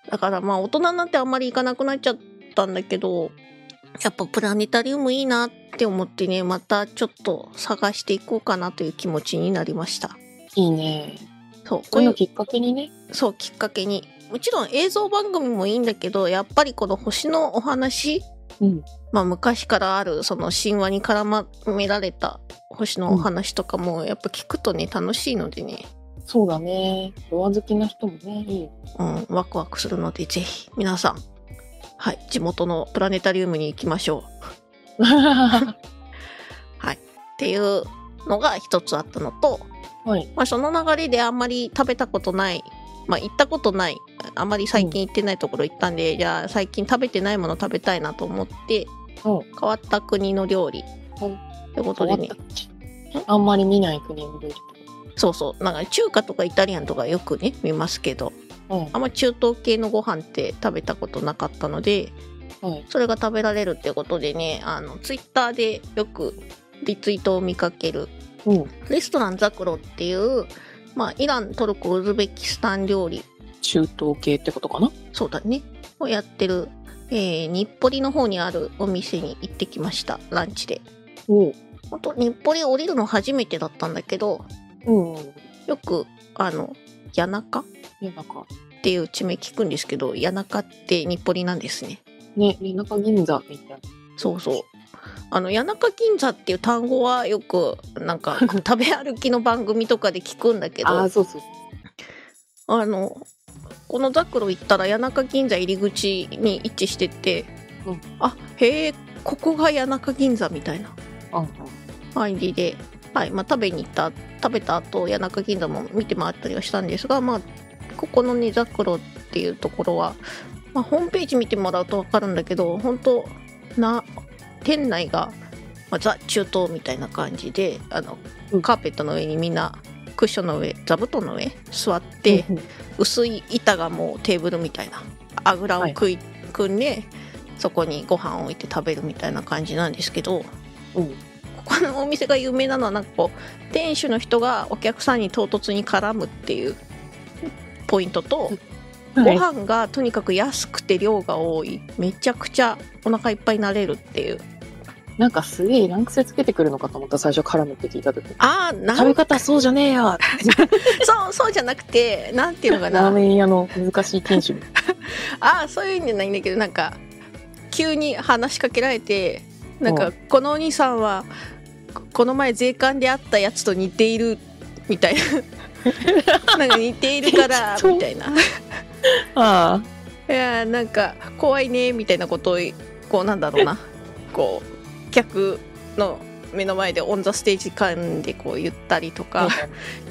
S2: だからまあ大人になってあんまり行かなくなっちゃったんだけどやっぱプラネタリウムいいなって思ってねまたちょっと探していこうかなという気持ちになりました
S1: いいね。
S2: そう
S1: こういうのきっかけにね。
S2: そうきっかけにもちろん映像番組もいいんだけどやっぱりこの星のお話、
S1: うん
S2: まあ、昔からあるその神話に絡められた星のお話とかもやっぱ聞くとね楽しいのでね、
S1: そうだね。ドア好きな人もね、い い。
S2: うん、ワクワクするのでぜひ皆さん、はい、地元のプラネタリウムに行きましょう
S1: は
S2: っていうのが一つあったのと、
S1: い。
S2: まあ、その流れであんまり食べたことない、まあ、行ったことないあんまり最近行ってないところ行ったんで、じゃあ最近食べてないもの食べたいなと思って
S1: うん。
S2: 変わった国の料理
S1: うん
S2: ってことでね
S1: あんまり見ない国に出る
S2: そうそうなんか中華とかイタリアンとかよくね見ますけど
S1: と
S2: あんま中東系のご飯って食べたことなかったので
S1: うん。はい。
S2: それが食べられるってことでねあのツイッターでよくリツイートを見かける
S1: うん。
S2: レストランザクロっていう、まあ、イラントルコウズベキスタン料理
S1: 中東系ってことかな
S2: そうだねをやってる、えー日暮里の方にあるお店に行ってきましたランチで
S1: おう。
S2: 本当日暮里降りるの初めてだったんだけど
S1: うん。
S2: よくあの谷中っ
S1: ね、なんか、
S2: ていう地名聞くんですけど谷中って日暮里なんですね
S1: ね、谷中銀座みたい
S2: そうそうあの谷中銀座っていう単語はよくなん か食べ歩きの番組とかで聞くんだけど
S1: な。ああ、
S2: あ
S1: そうそう。
S2: のこのザクロ行ったら谷中銀座入り口に位置してて、
S1: うん
S2: あへえここが谷中銀座みたいな
S1: あん
S2: 入りで、はいまあ、食べに行った食べた後谷中銀座も見て回ったりはしたんですが、まあ、ここのねザクロっていうところは、まあ、ホームページ見てもらうと分かるんだけど本当な店内が、まあ、ザ中東みたいな感じであの
S1: うん
S2: カーペットの上にみんなクッションの上座布団の上座って、
S1: うんうん
S2: 薄い板がもうテーブルみたいなあぐらを食い、組んでそこにご飯を置いて食べるみたいな感じなんですけど。
S1: うん。
S2: ここのお店が有名なのはなんかこう店主の人がお客さんに唐突に絡むっていうポイントとご
S1: はい
S2: 飯がとにかく安くて量が多いめちゃくちゃお腹いっぱいになれるっていう
S1: なんかすげえランク性つけてくるのかと思った最初絡むって聞いた時
S2: ああな
S1: 食べ方そうじゃねえよ
S2: そうそうじゃなくてなんていうのか な
S1: ラーメン屋の難しい店主
S2: ああそういうんじゃないんだけどなんか急に話しかけられてなん
S1: う
S2: か
S1: ん
S2: このお兄さんはこの前税関で会ったやつと似ている みたいななんか似ているから
S1: 適当
S2: みたいな
S1: あ
S2: いやーなんか怖いねみたいなことをこうなんだろうなこう客の目の前でオン・ザ・ステージ感でこう言ったりとか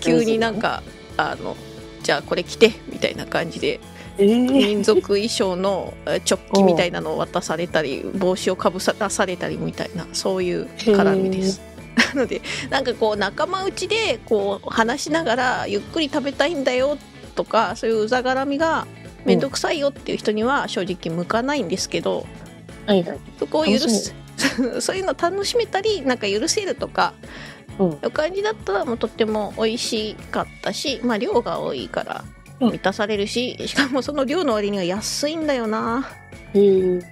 S2: 急になんかあのじゃあこれ着てみたいな感じで
S1: えー、
S2: 民族衣装のえチョッキみたいなのを渡されたり帽子をかぶさされたりみたいなそういう絡みです。なのでなんかこう仲間内でこう話しながらゆっくり食べたいんだよとかそういううざがらみが面倒くさいよっていう人には正直向かないんですけど、
S1: はいはい
S2: そこを許す そういうの楽しめたりなんか許せるとか
S1: うん
S2: いう感じだったらもうとっても美味しかったし、まあ、量が多いから
S1: うん
S2: 満たされるし、しかもその量の割には安いんだよな
S1: えー、
S2: っ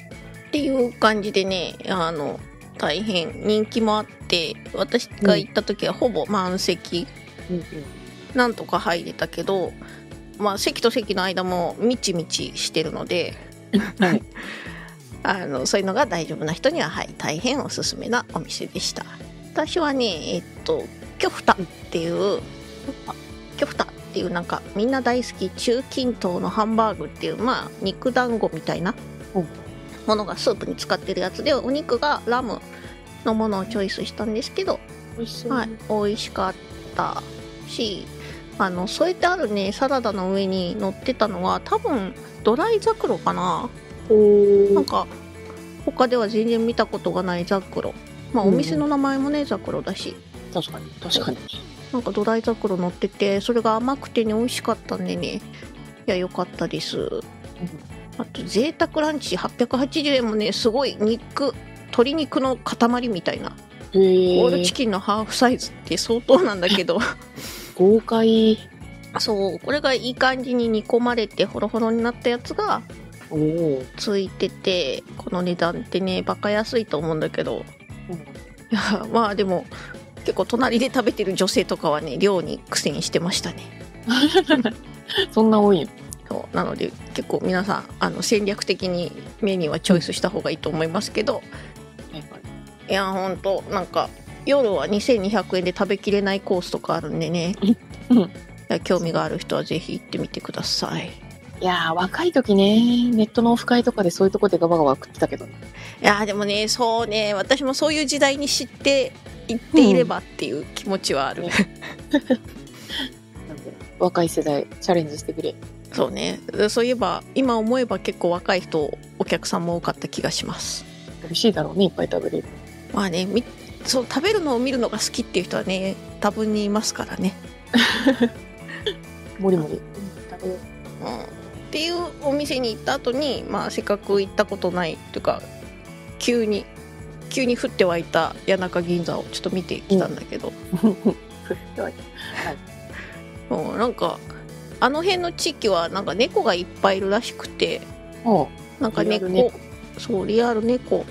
S2: ていう感じでねあの大変人気もあって私が行った時はほぼ満席
S1: うんうん
S2: なんとか入れたけど、まあ、席と席の間もみちみちしてるので、
S1: はい
S2: あのそういうのが大丈夫な人には、はい、大変おすすめなお店でした私はねえっとキョフタっていうあキョフタっていうなんかみんな大好き中近東のハンバーグっていうまあ肉団子みたいな
S1: うん
S2: ものがスープに使ってるやつでお肉がラムのものをチョイスしたんですけど
S1: 美味しそう
S2: はい、美味しかったしあの添えてあるねサラダの上に乗ってたのは多分ドライザクロかな
S1: お
S2: なんか他では全然見たことがないザクロまあ
S1: う
S2: お
S1: ん
S2: 店の名前もねザクロだし
S1: 確かに確かに
S2: なんかドライザクロ乗っててそれが甘くてね美味しかったんでねいや良かったですあと贅沢ランチ880円もねすごい肉鶏肉の塊みたいな
S1: へえ
S2: オールチキンのハーフサイズって相当なんだけど
S1: 豪快
S2: そうこれがいい感じに煮込まれてホロホロになったやつが
S1: おお
S2: ついててこの値段ってねバカ安いと思うんだけど いやまあでも結構隣で食べてる女性とかはね量に苦戦してましたね
S1: そんな多いよ
S2: そうなので結構皆さんあの戦略的にメニューはチョイスした方がいいと思いますけどいやほんとなんか夜は2200円で食べきれないコースとかあるんでね
S1: うん
S2: いや興味がある人はぜひ行ってみてください
S1: いやー若い時ねネットのオフ会とかでそういうとこでガバガバ食ってたけどね
S2: いやーでもねそうね私もそういう時代に知って行っていればっていう気持ちはある、
S1: ねなんで若い世代チャレンジしてくれ
S2: そうねそういえば今思えば結構若い人お客さんも多かった気がします
S1: 美味しいだろうねいっぱい食べれる
S2: まあねみそう食べるのを見るのが好きっていう人はね多分にいますからね、
S1: もりもり食べよ
S2: うん、っていうお店に行った後にまあせっかく行ったことないというか急に急に降って湧いた谷中銀座をちょっと見てきたんだけど、
S1: う
S2: うんなんかあの辺の地域はなんか猫がいっぱいいるらしくて
S1: おう
S2: なんか
S1: リア
S2: 猫
S1: ル猫
S2: そうリアル猫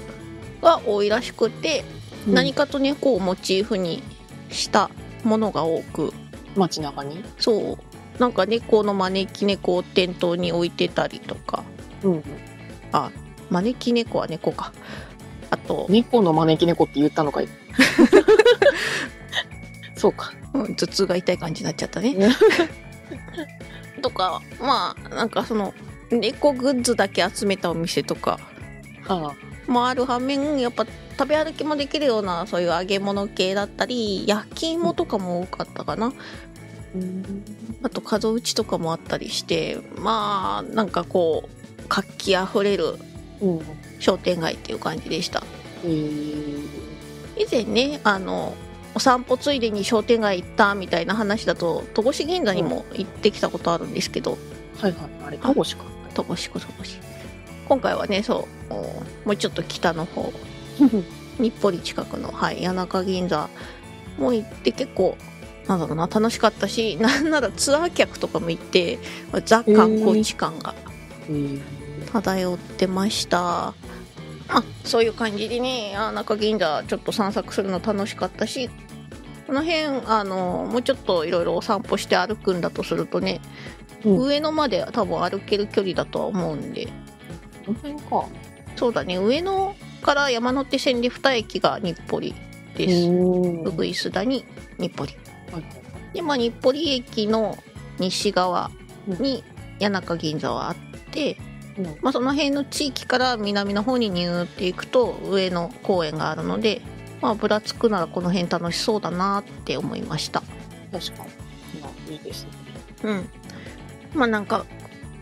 S2: が多いらしくて、何かと猫をモチーフにしたものが多く
S1: 街中に
S2: そうなんか猫の招き猫を店頭に置いてたりとか
S1: うんうん
S2: 招き猫は猫かあと、
S1: 猫の招き猫って言ったのか いそうか
S2: うん頭痛が痛い感じになっちゃったね
S1: ね
S2: とかまあなんかその猫グッズだけ集めたお店とか
S1: ああ
S2: もある反面やっぱ食べ歩きもできるようなそういう揚げ物系だったり焼き芋とかも多かったかな
S1: うん
S2: あと数打ちとかもあったりしてまあなんかこう活気あふれる
S1: うんへ
S2: 商店街っていう感じでした
S1: えー、
S2: 以前ねあのお散歩ついでに商店街行ったみたいな話だと戸越銀座にも行ってきたことあるんですけど
S1: はいはいあれ鹿児島か
S2: 戸越戸越今回はねそうもうちょっと北の方日暮里近くの、はい、谷中銀座も行って結構なんだろうな楽しかったし なんならツアー客とかも行ってザ観光地感が
S1: えー、
S2: 漂ってました、あそういう感じでね谷中銀座ちょっと散策するの楽しかったしこの辺あのもうちょっといろいろお散歩して歩くんだとするとね、
S1: うん
S2: 上野まで多分歩ける距離だとは思うんで
S1: この辺か
S2: そうだね上野から山手線で2駅が日暮里
S1: う
S2: です、
S1: ん
S2: ウグイスダに日暮里
S1: はいはい
S2: で、まあ、日暮里駅の西側に谷中銀座はあって、
S1: うん
S2: まあ、その辺の地域から南の方にニューっていくと上野公園があるので、まあ、ぶらつくならこの辺楽しそうだなって思いました
S1: 確かにまあいいですね
S2: うんまあなんか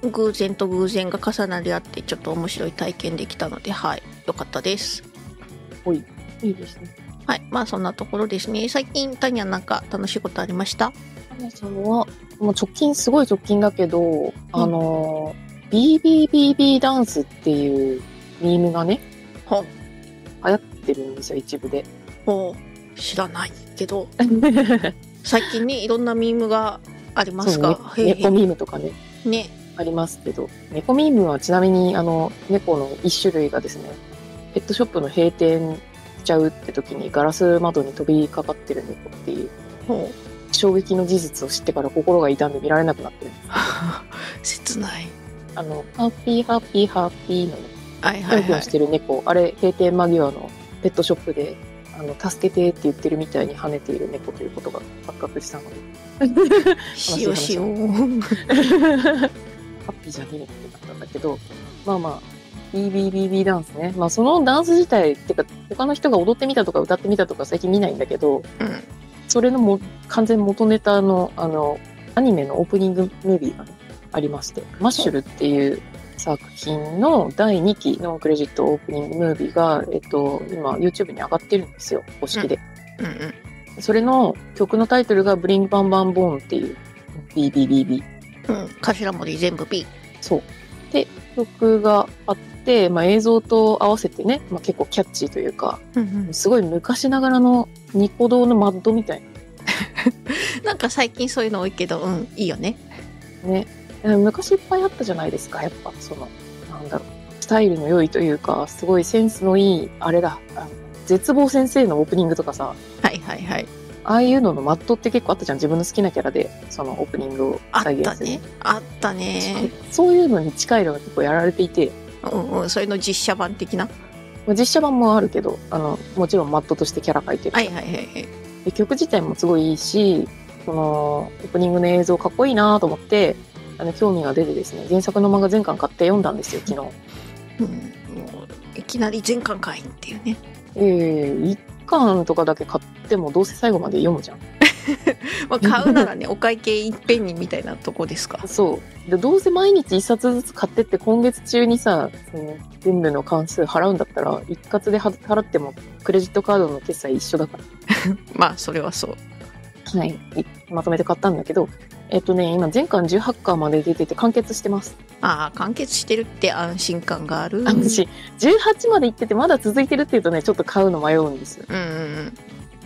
S2: 偶然と偶然が重なり合ってちょっと面白い体験できたのではい良かったです
S1: いいですね
S2: はいまあそんなところですね最近タニアなんか楽しいことありました
S1: アナさんはもう直近すごい直近だけどあのー BBBB ダンスっていうミームがね
S2: ほ
S1: 流行ってるんですよ一部 で
S2: ほう知らないけど最近ねいろんなミームがありますが
S1: そうね
S2: へー
S1: 猫ミームとかね
S2: ね
S1: ありますけど、猫ミームはちなみに、あの、猫の一種類がですね、ペットショップの閉店しちゃうって時にガラス窓に飛びかかってる猫っていう
S2: ほ
S1: 衝撃の事実を知ってから心が痛んで見られなくなってるんです
S2: 切ない
S1: あのハッピーハッピーハッピーのね
S2: はいは
S1: キャ
S2: い
S1: ンキャ
S2: は
S1: ン
S2: い
S1: してる猫、あれ閉店間際のペットショップであの助けてって言ってるみたいに跳ねている猫ということが発覚したの で
S2: しようしよう
S1: ハッピーじゃねえってなったんだけどまあまあ BBBB ダンスねまあそのダンス自体ってか他の人が踊ってみたとか歌ってみたとか最近見ないんだけど
S2: うん
S1: それのも完全元ネタのあのアニメのオープニングムービーがね、ありまして「マッシュル」っていう作品の第2期のクレジットオープニングムービーが、えっと、今 YouTube に上がってるんですよ公式で、
S2: うんうん
S1: それの曲のタイトルが「ブリンバンバンボーン」っていう BBBB
S2: うん、頭文字全部 B。
S1: そうで曲があって、まあ、映像と合わせてね、まあ、結構キャッチーというかすごい昔ながらのニコ動のマッドみたいな
S2: なんか最近そういうの多いけど、うん、いいよね。
S1: ね、昔いっぱいあったじゃないですかやっぱそのなんだろうスタイルの良いというかすごいセンスのいいあれだあの絶望先生のオープニングとかさ
S2: はいはいはい。
S1: ああいうののマットって結構あったじゃん自分の好きなキャラでそのオープニングを
S2: あっ
S1: 再
S2: た
S1: 現する
S2: ね。あったね。
S1: そうそういうのに近いのが結構やられていて
S2: うんうん、それの実写版的な。
S1: まあ実写版もあるけどあのもちろんマットとしてキャラ描いてる
S2: はいはいはいはい。
S1: で曲自体もすごいいいしこのオープニングの映像かっこいいなと思ってあの興味が出てですね原作の漫画全巻買って読んだんですよ昨日。
S2: うん、もういきなり全巻会員っていうね。
S1: ええ一巻とかだけ買ってもどうせ最後まで読むじゃん。
S2: まあ、買うな らね、お会計いっぺんにみたいなとこですか。
S1: そう。で、どうせ毎日一冊ずつ買ってって今月中にさ、その全部の関数払うんだったら、一括では払ってもクレジットカードの決済一緒だから。
S2: まあ、それはそう。
S1: はい。いまとめて買ったんだけど、えっとね、今全巻18巻まで出てて完結してます。
S2: ああ、完結してるって安心感がある。
S1: 私、18まで行っててまだ続いてるっていうとね、ちょっと買うの迷うんですよ。
S2: うんうん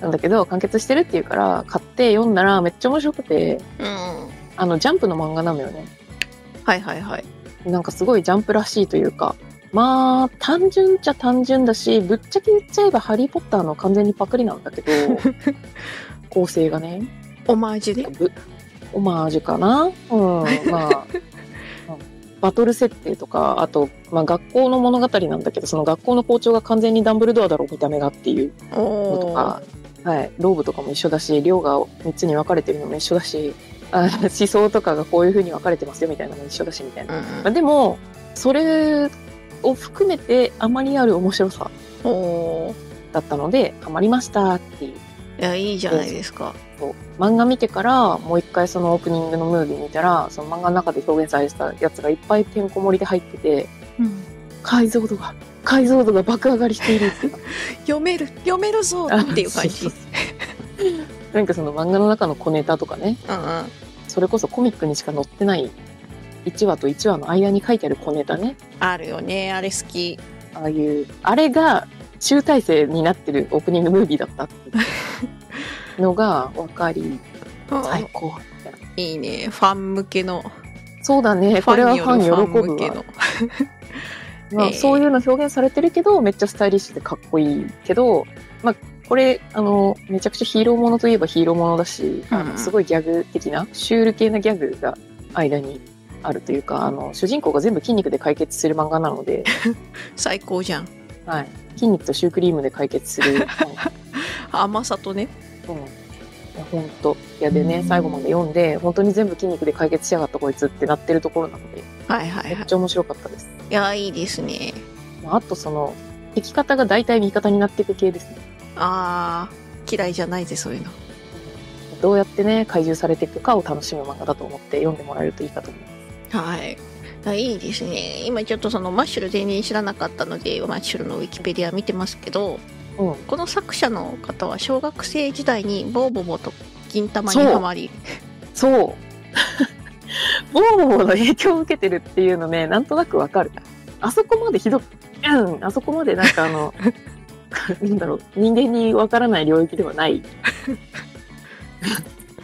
S1: なんだけど、完結してるっていうから、買って読んだらめっちゃ面白くて、
S2: うん。うん。
S1: あの、ジャンプの漫画なのよね。
S2: はいはいはい。
S1: なんかすごいジャンプらしいというか、まあ、単純っちゃ単純だし、ぶっちゃけ言っちゃえばハリーポッターの完全にパクリなんだけど、 構成がね、
S2: オマージュね。
S1: ぶオマージュかなうん、まあ、バトル設定とか、あと、まあ学校の物語なんだけど、その学校の校長が完全にダンブルドアだろう、見た目がっていうのと
S2: お
S1: か
S2: ー。、
S1: はい、ローブとかも一緒だし、量が3つに分かれてるのも一緒だし、あ思想とかがこういう風に分かれてますよみたいなのも一緒だし、みたいな。
S2: うん
S1: まあ、でもそれを含めてあまりある面白さ
S2: うん、おー
S1: だったのでハマりましたっていう
S2: いやいいじゃないですか。
S1: そう漫画見てからもう一回そのオープニングのムービー見たらその漫画の中で表現されてたやつがいっぱいてんこ盛りで入ってて解像度が解像度が爆上がりしているっていうか
S2: 読める読めるぞ
S1: あ
S2: っていう感
S1: そ
S2: じ
S1: う。なんかその漫画の中の小ネタとかね
S2: うんうん
S1: それこそコミックにしか載ってない1話と1話の間に書いてある小ネタね
S2: あるよねあれ好き。
S1: ああいうあれが集大成になってるオープニングムービーだったっていうのが分か り
S2: うんうん
S1: 最高みたいない
S2: いねファン向けの
S1: そうだねこれはファン
S2: による
S1: 喜ぶ
S2: 向け
S1: わ、
S2: の。
S1: ま
S2: え
S1: あ、
S2: ー
S1: そういうの表現されてるけどめっちゃスタイリッシュでかっこいいけど、まあ、これあのめちゃくちゃヒーローものといえばヒーローものだし、あ
S2: うん
S1: のすごいギャグ的なシュール系なギャグが間にあるというかあの主人公が全部筋肉で解決する漫画なの で、
S2: 最高じゃん。
S1: はい、筋肉とシュークリームで解決する漫画
S2: 甘さとね。
S1: うん、いや本当いやでね最後まで読んで本当に全部筋肉で解決しやがったこいつってなってるところなので
S2: はいはい
S1: め
S2: は
S1: っ
S2: い
S1: ち。ゃ面白かったです、
S2: いやいいですね。
S1: まあ、あとその敵方が大体味方になっていく系ですね
S2: あー嫌いじゃないぜそういうの。
S1: どうやってね怪獣されていくかを楽しむ漫画だと思って読んでもらえるといいかと思います
S2: はい。あいいですね。今ちょっとそのマッシュル全然知らなかったのでマッシュルのウィキペディア見てますけど
S1: うん
S2: この作者の方は小学生時代にボーボボと銀玉に
S1: そう
S2: ハマり
S1: そうボーボーの影響を受けてるっていうのねなんとなくわかるあそこまでひどくうんあそこまでなんかあの なんだろう人間にわからない領域ではない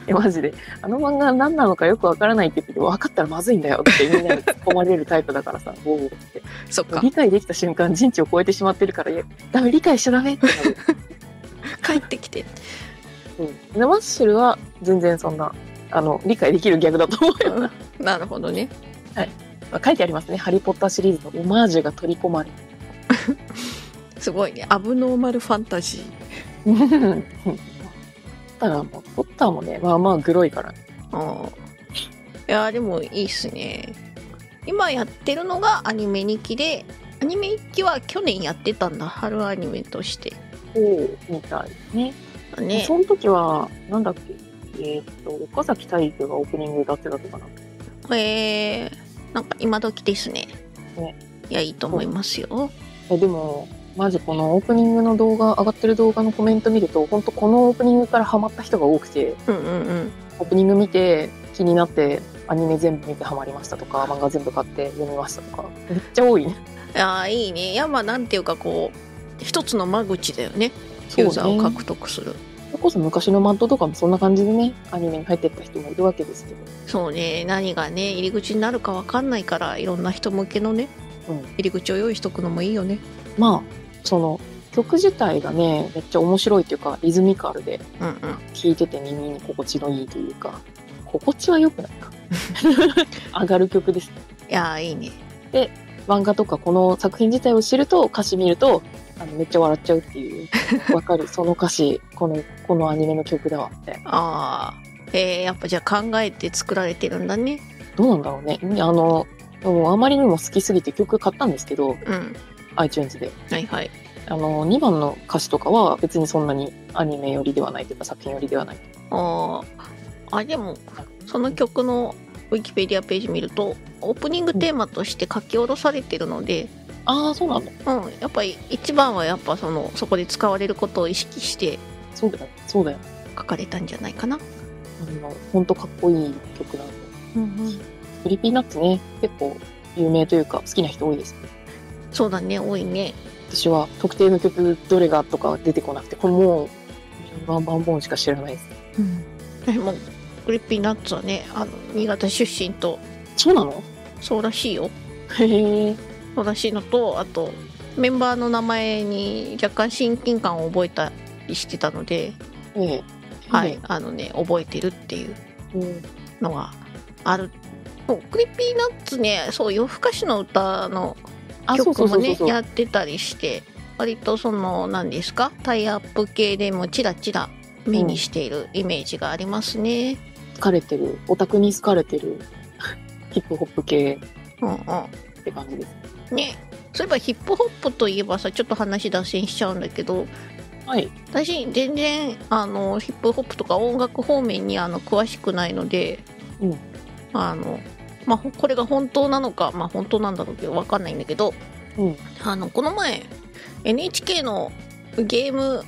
S1: えマジであの漫画何なのかよくわからないって言ってて分かったらまずいんだよってみんなに突っ込まれるタイプだからさボーボーって
S2: そっか
S1: 理解できた瞬間 人知を超えてしまってるからいやダメ理解しちゃダメってなる
S2: 帰ってきて
S1: うん、でマッシュルは全然そんなあの理解できるギャグだと思うよ、
S2: なるほどね。
S1: まあ書いてありますね「ハリー・ポッター」シリーズのオマージュが取り込まれ
S2: すごいね。アブノーマルファンタジー。
S1: うんた だもうポッターもねまあまあグロいからね
S2: あーいやーでもいいっすね今やってるのがアニメ2期でアニメ1期は去年やってたんだ春アニメとして
S1: みたいね
S2: ね
S1: その時はなんだっけえーっと岡崎体育がオープニング歌ってたとかな
S2: えー、なんか今時ですね
S1: ね
S2: いやいいと思いますよ
S1: えでもマジこのオープニングの動画上がってる動画のコメント見ると本当このオープニングからハマった人が多くて
S2: うんうんうん
S1: オープニング見て気になってアニメ全部見てハマりましたとか漫画全部買って読みましたとかめっちゃ多いね
S2: いやーいいねいやまあなんていうかこう一つの間口だよねユーザーを獲得する
S1: それこそ昔のマッドとかもそんな感じでねアニメに入ってった人もいるわけですけど
S2: そうね何がね入り口になるかわかんないからいろんな人向けのね、
S1: うん
S2: 入り口を用意しとくのもいいよね
S1: まあその曲自体がねめっちゃ面白いというかリズミカルで
S2: うんうん
S1: 聴いてて耳に心地のいいというか心地は良くないか上がる曲です
S2: いやーいいね
S1: 漫画とかこの作品自体を知ると歌詞見るとあのめっちゃ笑っちゃうっていうわかるその歌詞このこのアニメの曲だわみたいな
S2: ああ、えー、やっぱじゃあ考えて作られてるんだね。
S1: どうなんだろうねあのもうあまりにも好きすぎて曲買ったんですけど
S2: うん。
S1: iTunes で
S2: はいはい。
S1: あの2番の歌詞とかは別にそんなにアニメ寄りではないというか作品寄りではない
S2: ああ、あ、でも、その曲のウィキペディアページ見ると、オープニングテーマとして書き下ろされてるので、
S1: ああそうなんだ
S2: うん、やっぱり一番はやっぱその、そこで使われることを意識して
S1: そうだよそうだよ
S2: 書かれたんじゃないかな。
S1: あの本当かっこいい曲なんで
S2: うんうん。
S1: クリーピーナッツね結構有名というか好きな人多いですね
S2: そうだね、多いね。
S1: 私は特定の曲どれがとか出てこなくてこれもうバンバンボンしか知らないです
S2: うん。でも、クリッピーナッツはね、あの、新潟出身と、
S1: そうなの
S2: そうらしいよ。
S1: へえ
S2: そうらしいのとあとメンバーの名前に若干親近感を覚えたりしてたので、
S1: ええ
S2: はい、あのね覚えてるっていう
S1: うん
S2: のがあるもうクリッピーナッツねそう夜更かしの歌の
S1: あそうそ
S2: 曲
S1: う
S2: も
S1: そう
S2: ね
S1: そう
S2: やってたりして割とその何ですかタイアップ系でもチラチラ目にしているイメージがありますね。
S1: 疲れてるオタクに好かれてるヒップホップ系
S2: うん、うん
S1: って感じです
S2: ねそういえばヒップホップといえばさちょっと話脱線しちゃうんだけど
S1: はい
S2: 私全然あのヒップホップとか音楽方面にあの詳しくないので、
S1: うん
S2: あのまあ、ほこれが本当なのか、まあ、本当なんだろうけど分かんないんだけど
S1: うん
S2: あのこの前 NHK のゲーム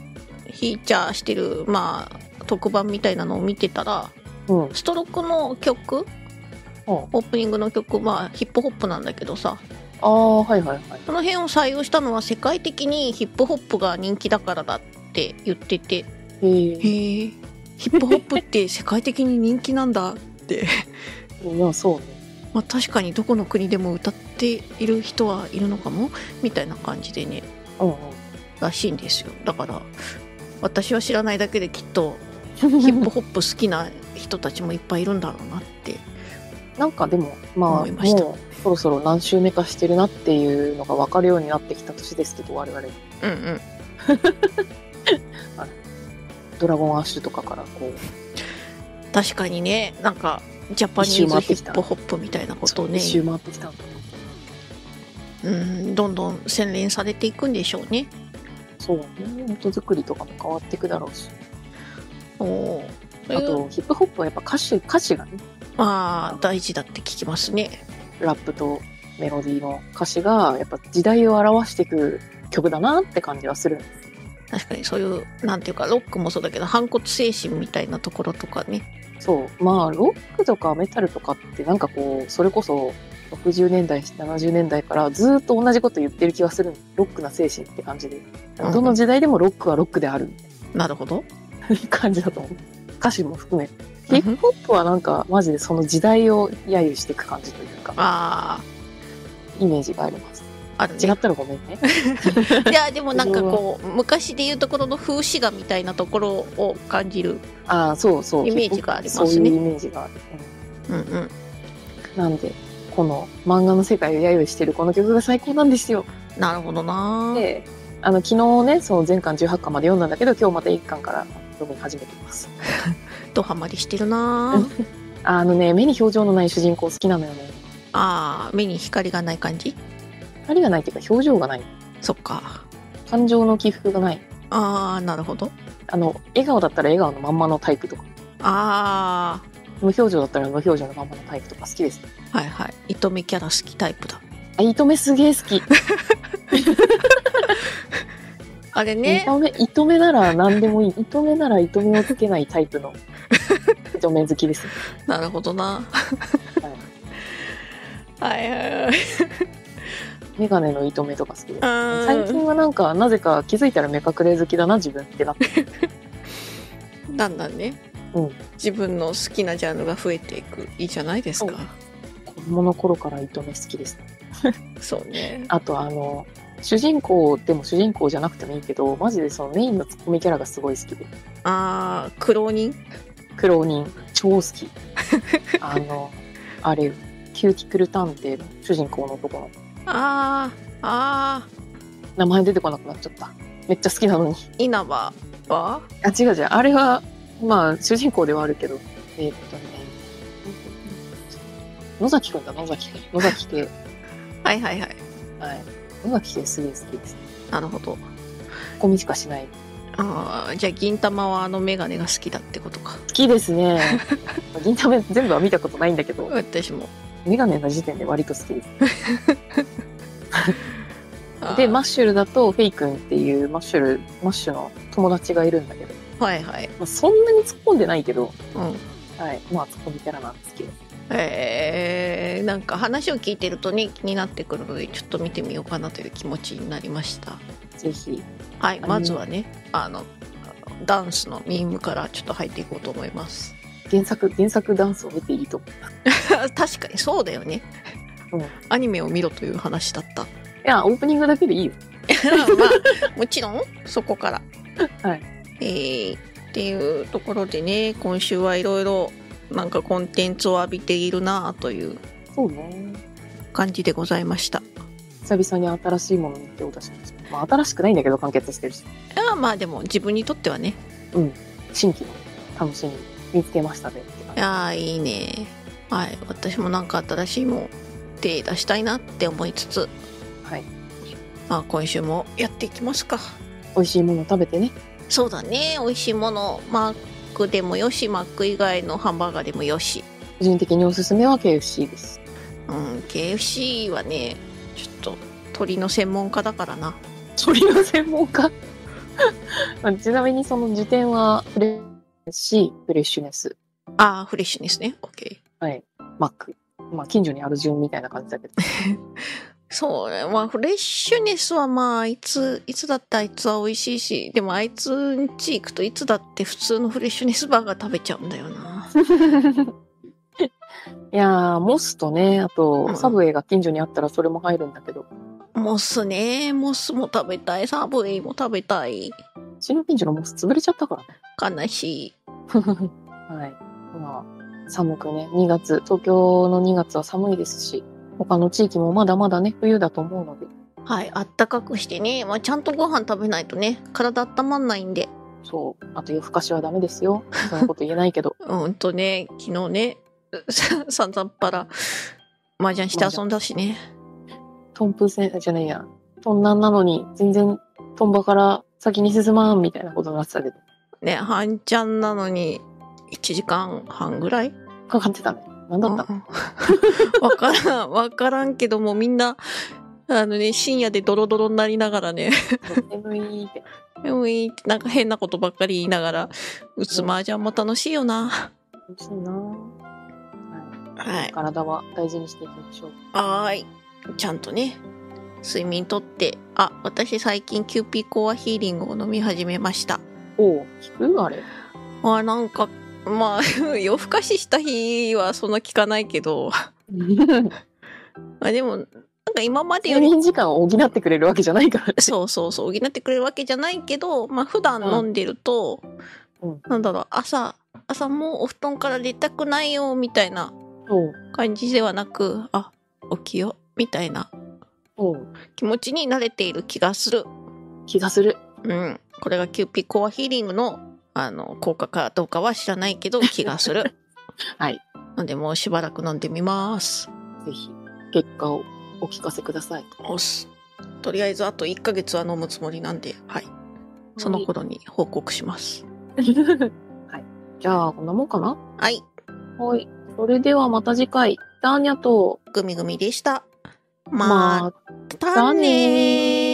S2: フィーチャーしてる、まあ、特番みたいなのを見てたら
S1: うん
S2: ストロークの曲
S1: あ
S2: オープニングの曲まあヒップホップなんだけどさ
S1: あーはいはいはい
S2: その辺を採用したのは世界的にヒップホップが人気だからだって言ってて。
S1: へえ
S2: へえヒップホップって世界的に人気なんだ って、
S1: いやそうね
S2: まあ、確かにどこの国でも歌っている人はいるのかもみたいな感じでね
S1: うんうん
S2: らしいんですよだから私は知らないだけできっ とヒップホップ好きな人たちもいっぱいいるんだろうなって
S1: なんかでもま
S2: 思
S1: あ
S2: いました
S1: もうそろそろ何週目かしてるなっていうのが分かるようになってきた年ですけど我々
S2: うんうん
S1: ドラゴンアッシュとかからこう
S2: 確かにねなんかジャパニーズヒップホップみたいなことをね
S1: 一周回ってきたんだ
S2: うんどんどん洗練されていくんでしょうね
S1: そうね音作りとかも変わっていくだろうし
S2: おー
S1: あとヒップホップはやっぱ歌詞歌詞がね
S2: まあ大事だって聞きますね
S1: ラップとメロディーの歌詞がやっぱ時代を表していく曲だなって感じはするんです
S2: 確かにそういうなんていうかロックもそうだけど反骨精神みたいなところとかね
S1: そうまあロックとかメタルとかってなんかこうそれこそ60年代70年代からずっと同じこと言ってる気はするロックな精神って感じでどの時代でもロックはロックである
S2: なるほど
S1: 感じだと思う歌詞も含めヒップホップはなんかマジでその時代を揶揄していく感じというか
S2: あ
S1: イメージがあります
S2: あるね
S1: 違ったらごめんね。
S2: いやでもなんか こう昔でいうところの風刺画みたいなところを感じる
S1: ああ、そうそう。
S2: イメージがありますね
S1: そういうイメージがある。
S2: うんうん
S1: うんなんで、この漫画の世界を揶揄してるこの曲が最高なんですよ。
S2: なるほどな
S1: で、あの、昨日ね、その前巻18巻まで読んだんだけど、今日また1巻から読み始めてます。
S2: ドハマりしてるな
S1: あのね、目に表情のない主人公好きなのよね。
S2: あー目に光がない感じ
S1: 光がないっていうか表情がない。
S2: そっか
S1: 感情の起伏がない。
S2: あーなるほど
S1: あの、笑顔だったら笑顔のまんまのタイプとか、
S2: あ
S1: 無表情だったら無表情のまんまのタイプとか好きです。
S2: ーはいはい糸目キャラ好きタイプだ
S1: あ、糸目すげえ好き。
S2: あれね
S1: 糸目、糸目なら何でもいい。糸目なら糸目をつけないタイプの糸目好きです。
S2: なるほどな はいはいはい
S1: メガネの糸目とか好きです。
S2: あ
S1: 最
S2: ー
S1: 近はなんか、なぜか気づいたら目隠れ好きだな、自分ってなって。
S2: だんだんね、
S1: うん
S2: 自分の好きなジャンルが増えていくいいじゃないですか
S1: 子供の頃から糸目好きです。
S2: そうね
S1: あと、あの、主人公でも主人公じゃなくてもいいけど、マジでそのメインのツッコミキャラがすごい好きで。
S2: あー苦労人
S1: 苦労人、超好き。あの、あれ、キューティクル探偵の主人公の男の子。
S2: あーあ
S1: 名前出てこなくなっちゃった。めっちゃ好きなのに。
S2: ー稲葉
S1: あ、
S2: は
S1: 違う違う。あれは、まあ、主人公ではあるけど。えーっとね。野崎くんだ、野崎くん。野崎系。
S2: はいはいはい
S1: はい。野崎系すげえ好きです。
S2: なるほど
S1: ゴミしかしない。
S2: あーじゃあ銀玉はあの眼鏡が好きだってことか
S1: 好きですね。 銀玉全部は見たことないんだけど、
S2: 私も
S1: メガネの時点で割と好きです。
S2: あー
S1: で、マッシュルだと、フェイ君っていうマッシュル、マッシュの友達がいるんだけど、
S2: はいはい
S1: まあ、そんなに突っ込んでないけど、
S2: うん
S1: はい。まあ、突っ込みキャラなんですけど。
S2: えー、なんか話を聞いてるとね気になってくるのでちょっと見てみようかなという気持ちになりました
S1: ぜひ。
S2: はい
S1: あ
S2: まずはねあのダンスのミームからちょっと入っていこうと思います
S1: 原作、原作ダンスを見ていいと思う。
S2: 確かにそうだよね、
S1: うん
S2: アニメを見ろという話だった
S1: いや、オープニングだけでいいよ。
S2: まあもちろんそこから
S1: はい
S2: えーっていうところでね今週はいろいろなんかコンテンツを浴びているなあという
S1: そうね。
S2: 感じでございました
S1: 久々に新しいものに手を出しました。まあ、新しくないんだけど完結してるし、
S2: いやまあでも自分にとってはね
S1: 新規の楽しみ見つけましたねって感
S2: いやーいいねはい私もなんか新しいもん手出したいなって思いつつ、
S1: はい、
S2: まあ今週もやっていきますか
S1: じ。美味しいもの食べてね。
S2: そうだね美味しいものマックでもよしマック以外のハンバーガーでもよし、
S1: 個人的におすすめは KFC です。
S2: うん、KFC はねちょっと鳥の専門家だからな
S1: 鳥の専門家 ちなみにその辞典はフレッシュ、フレッシュネス、
S2: あーフレッシュですね OK
S1: はい、マック。まあ、近所にある順みたいな感じだけど。
S2: そうねまあフレッシュネスはまああいついつだってあいつは美味しいしでもあいつんち行くといつだって普通のフレッシュネスバーガー食べちゃうんだよない
S1: やー、モスとね、あ
S2: うん
S1: と、サブウェイが近所にあったらそれも入るんだけど、
S2: モスね。モスも食べたい。サブウェイも食べた
S1: う
S2: い。
S1: ちの近所のモス潰れちゃったからね。
S2: 悲し
S1: はい。まあ、寒くね、2月、東京の2月は寒いですし、他の地域もまだまだね、冬だと思うので、
S2: い。はい。あったかくしてね。まあ、ちゃんとご飯食べないとね。体温まんないんで。、
S1: そう、あと夜更かしはダメですよ。そんなこと言えないけど
S2: うんとね、昨日ね、 ささんざんっぱら、麻雀して遊んだしね。
S1: トンプ戦、あじゃないや、トンなんなのに、全然トンバから先に進まんみたいなことになってたけど、
S2: ね、半ちゃんなのに、1時間半ぐらい
S1: かかってたね。なんだった、
S2: うん わからん、わからんけども、みんな、あのね、深夜でドロドロになりながらね、
S1: 眠いって。
S2: ういってなんか変なことばっかり言いながら打つ麻雀も楽しいよな。
S1: 楽しいなぁ
S2: はい。
S1: 体は大事にしていきましょう。
S2: はーい。ちゃんとね、睡眠とって、あ、私最近キューピーコアヒーリングを飲み始めました。
S1: おう、聞くあれ。
S2: あ、なんか、まあ、 夜更かしした日はそんな効かないけど、まあでも、なんなんか今までよ
S1: 睡
S2: り
S1: 眠時間を補ってくれるわけじゃないからね。
S2: そうそうそう補ってくれるわけじゃないけど、まあ普段飲んでると、
S1: うん
S2: なんだろう朝朝もうお布団から出たくないよみたいな
S1: そう。
S2: 感じではなくあ起きようみたいな
S1: そう。
S2: 気持ちに慣れている気がする。
S1: 気がする。
S2: うん、これがキューピーコアヒーリングのあの効果かどうかは知らない けど気がする。
S1: はい。
S2: のでもうしばらく飲んでみます。
S1: ぜひ、結果をお聞かせください。
S2: おす。とりあえずあと1ヶ月は飲むつもりなんで、はい。その頃に報告します。
S1: はい。じゃあ、こんなもんかな
S2: はい。
S1: はい。それではまた次回。ダーニャと、
S2: グミグミでした。ま
S1: あ
S2: たねー。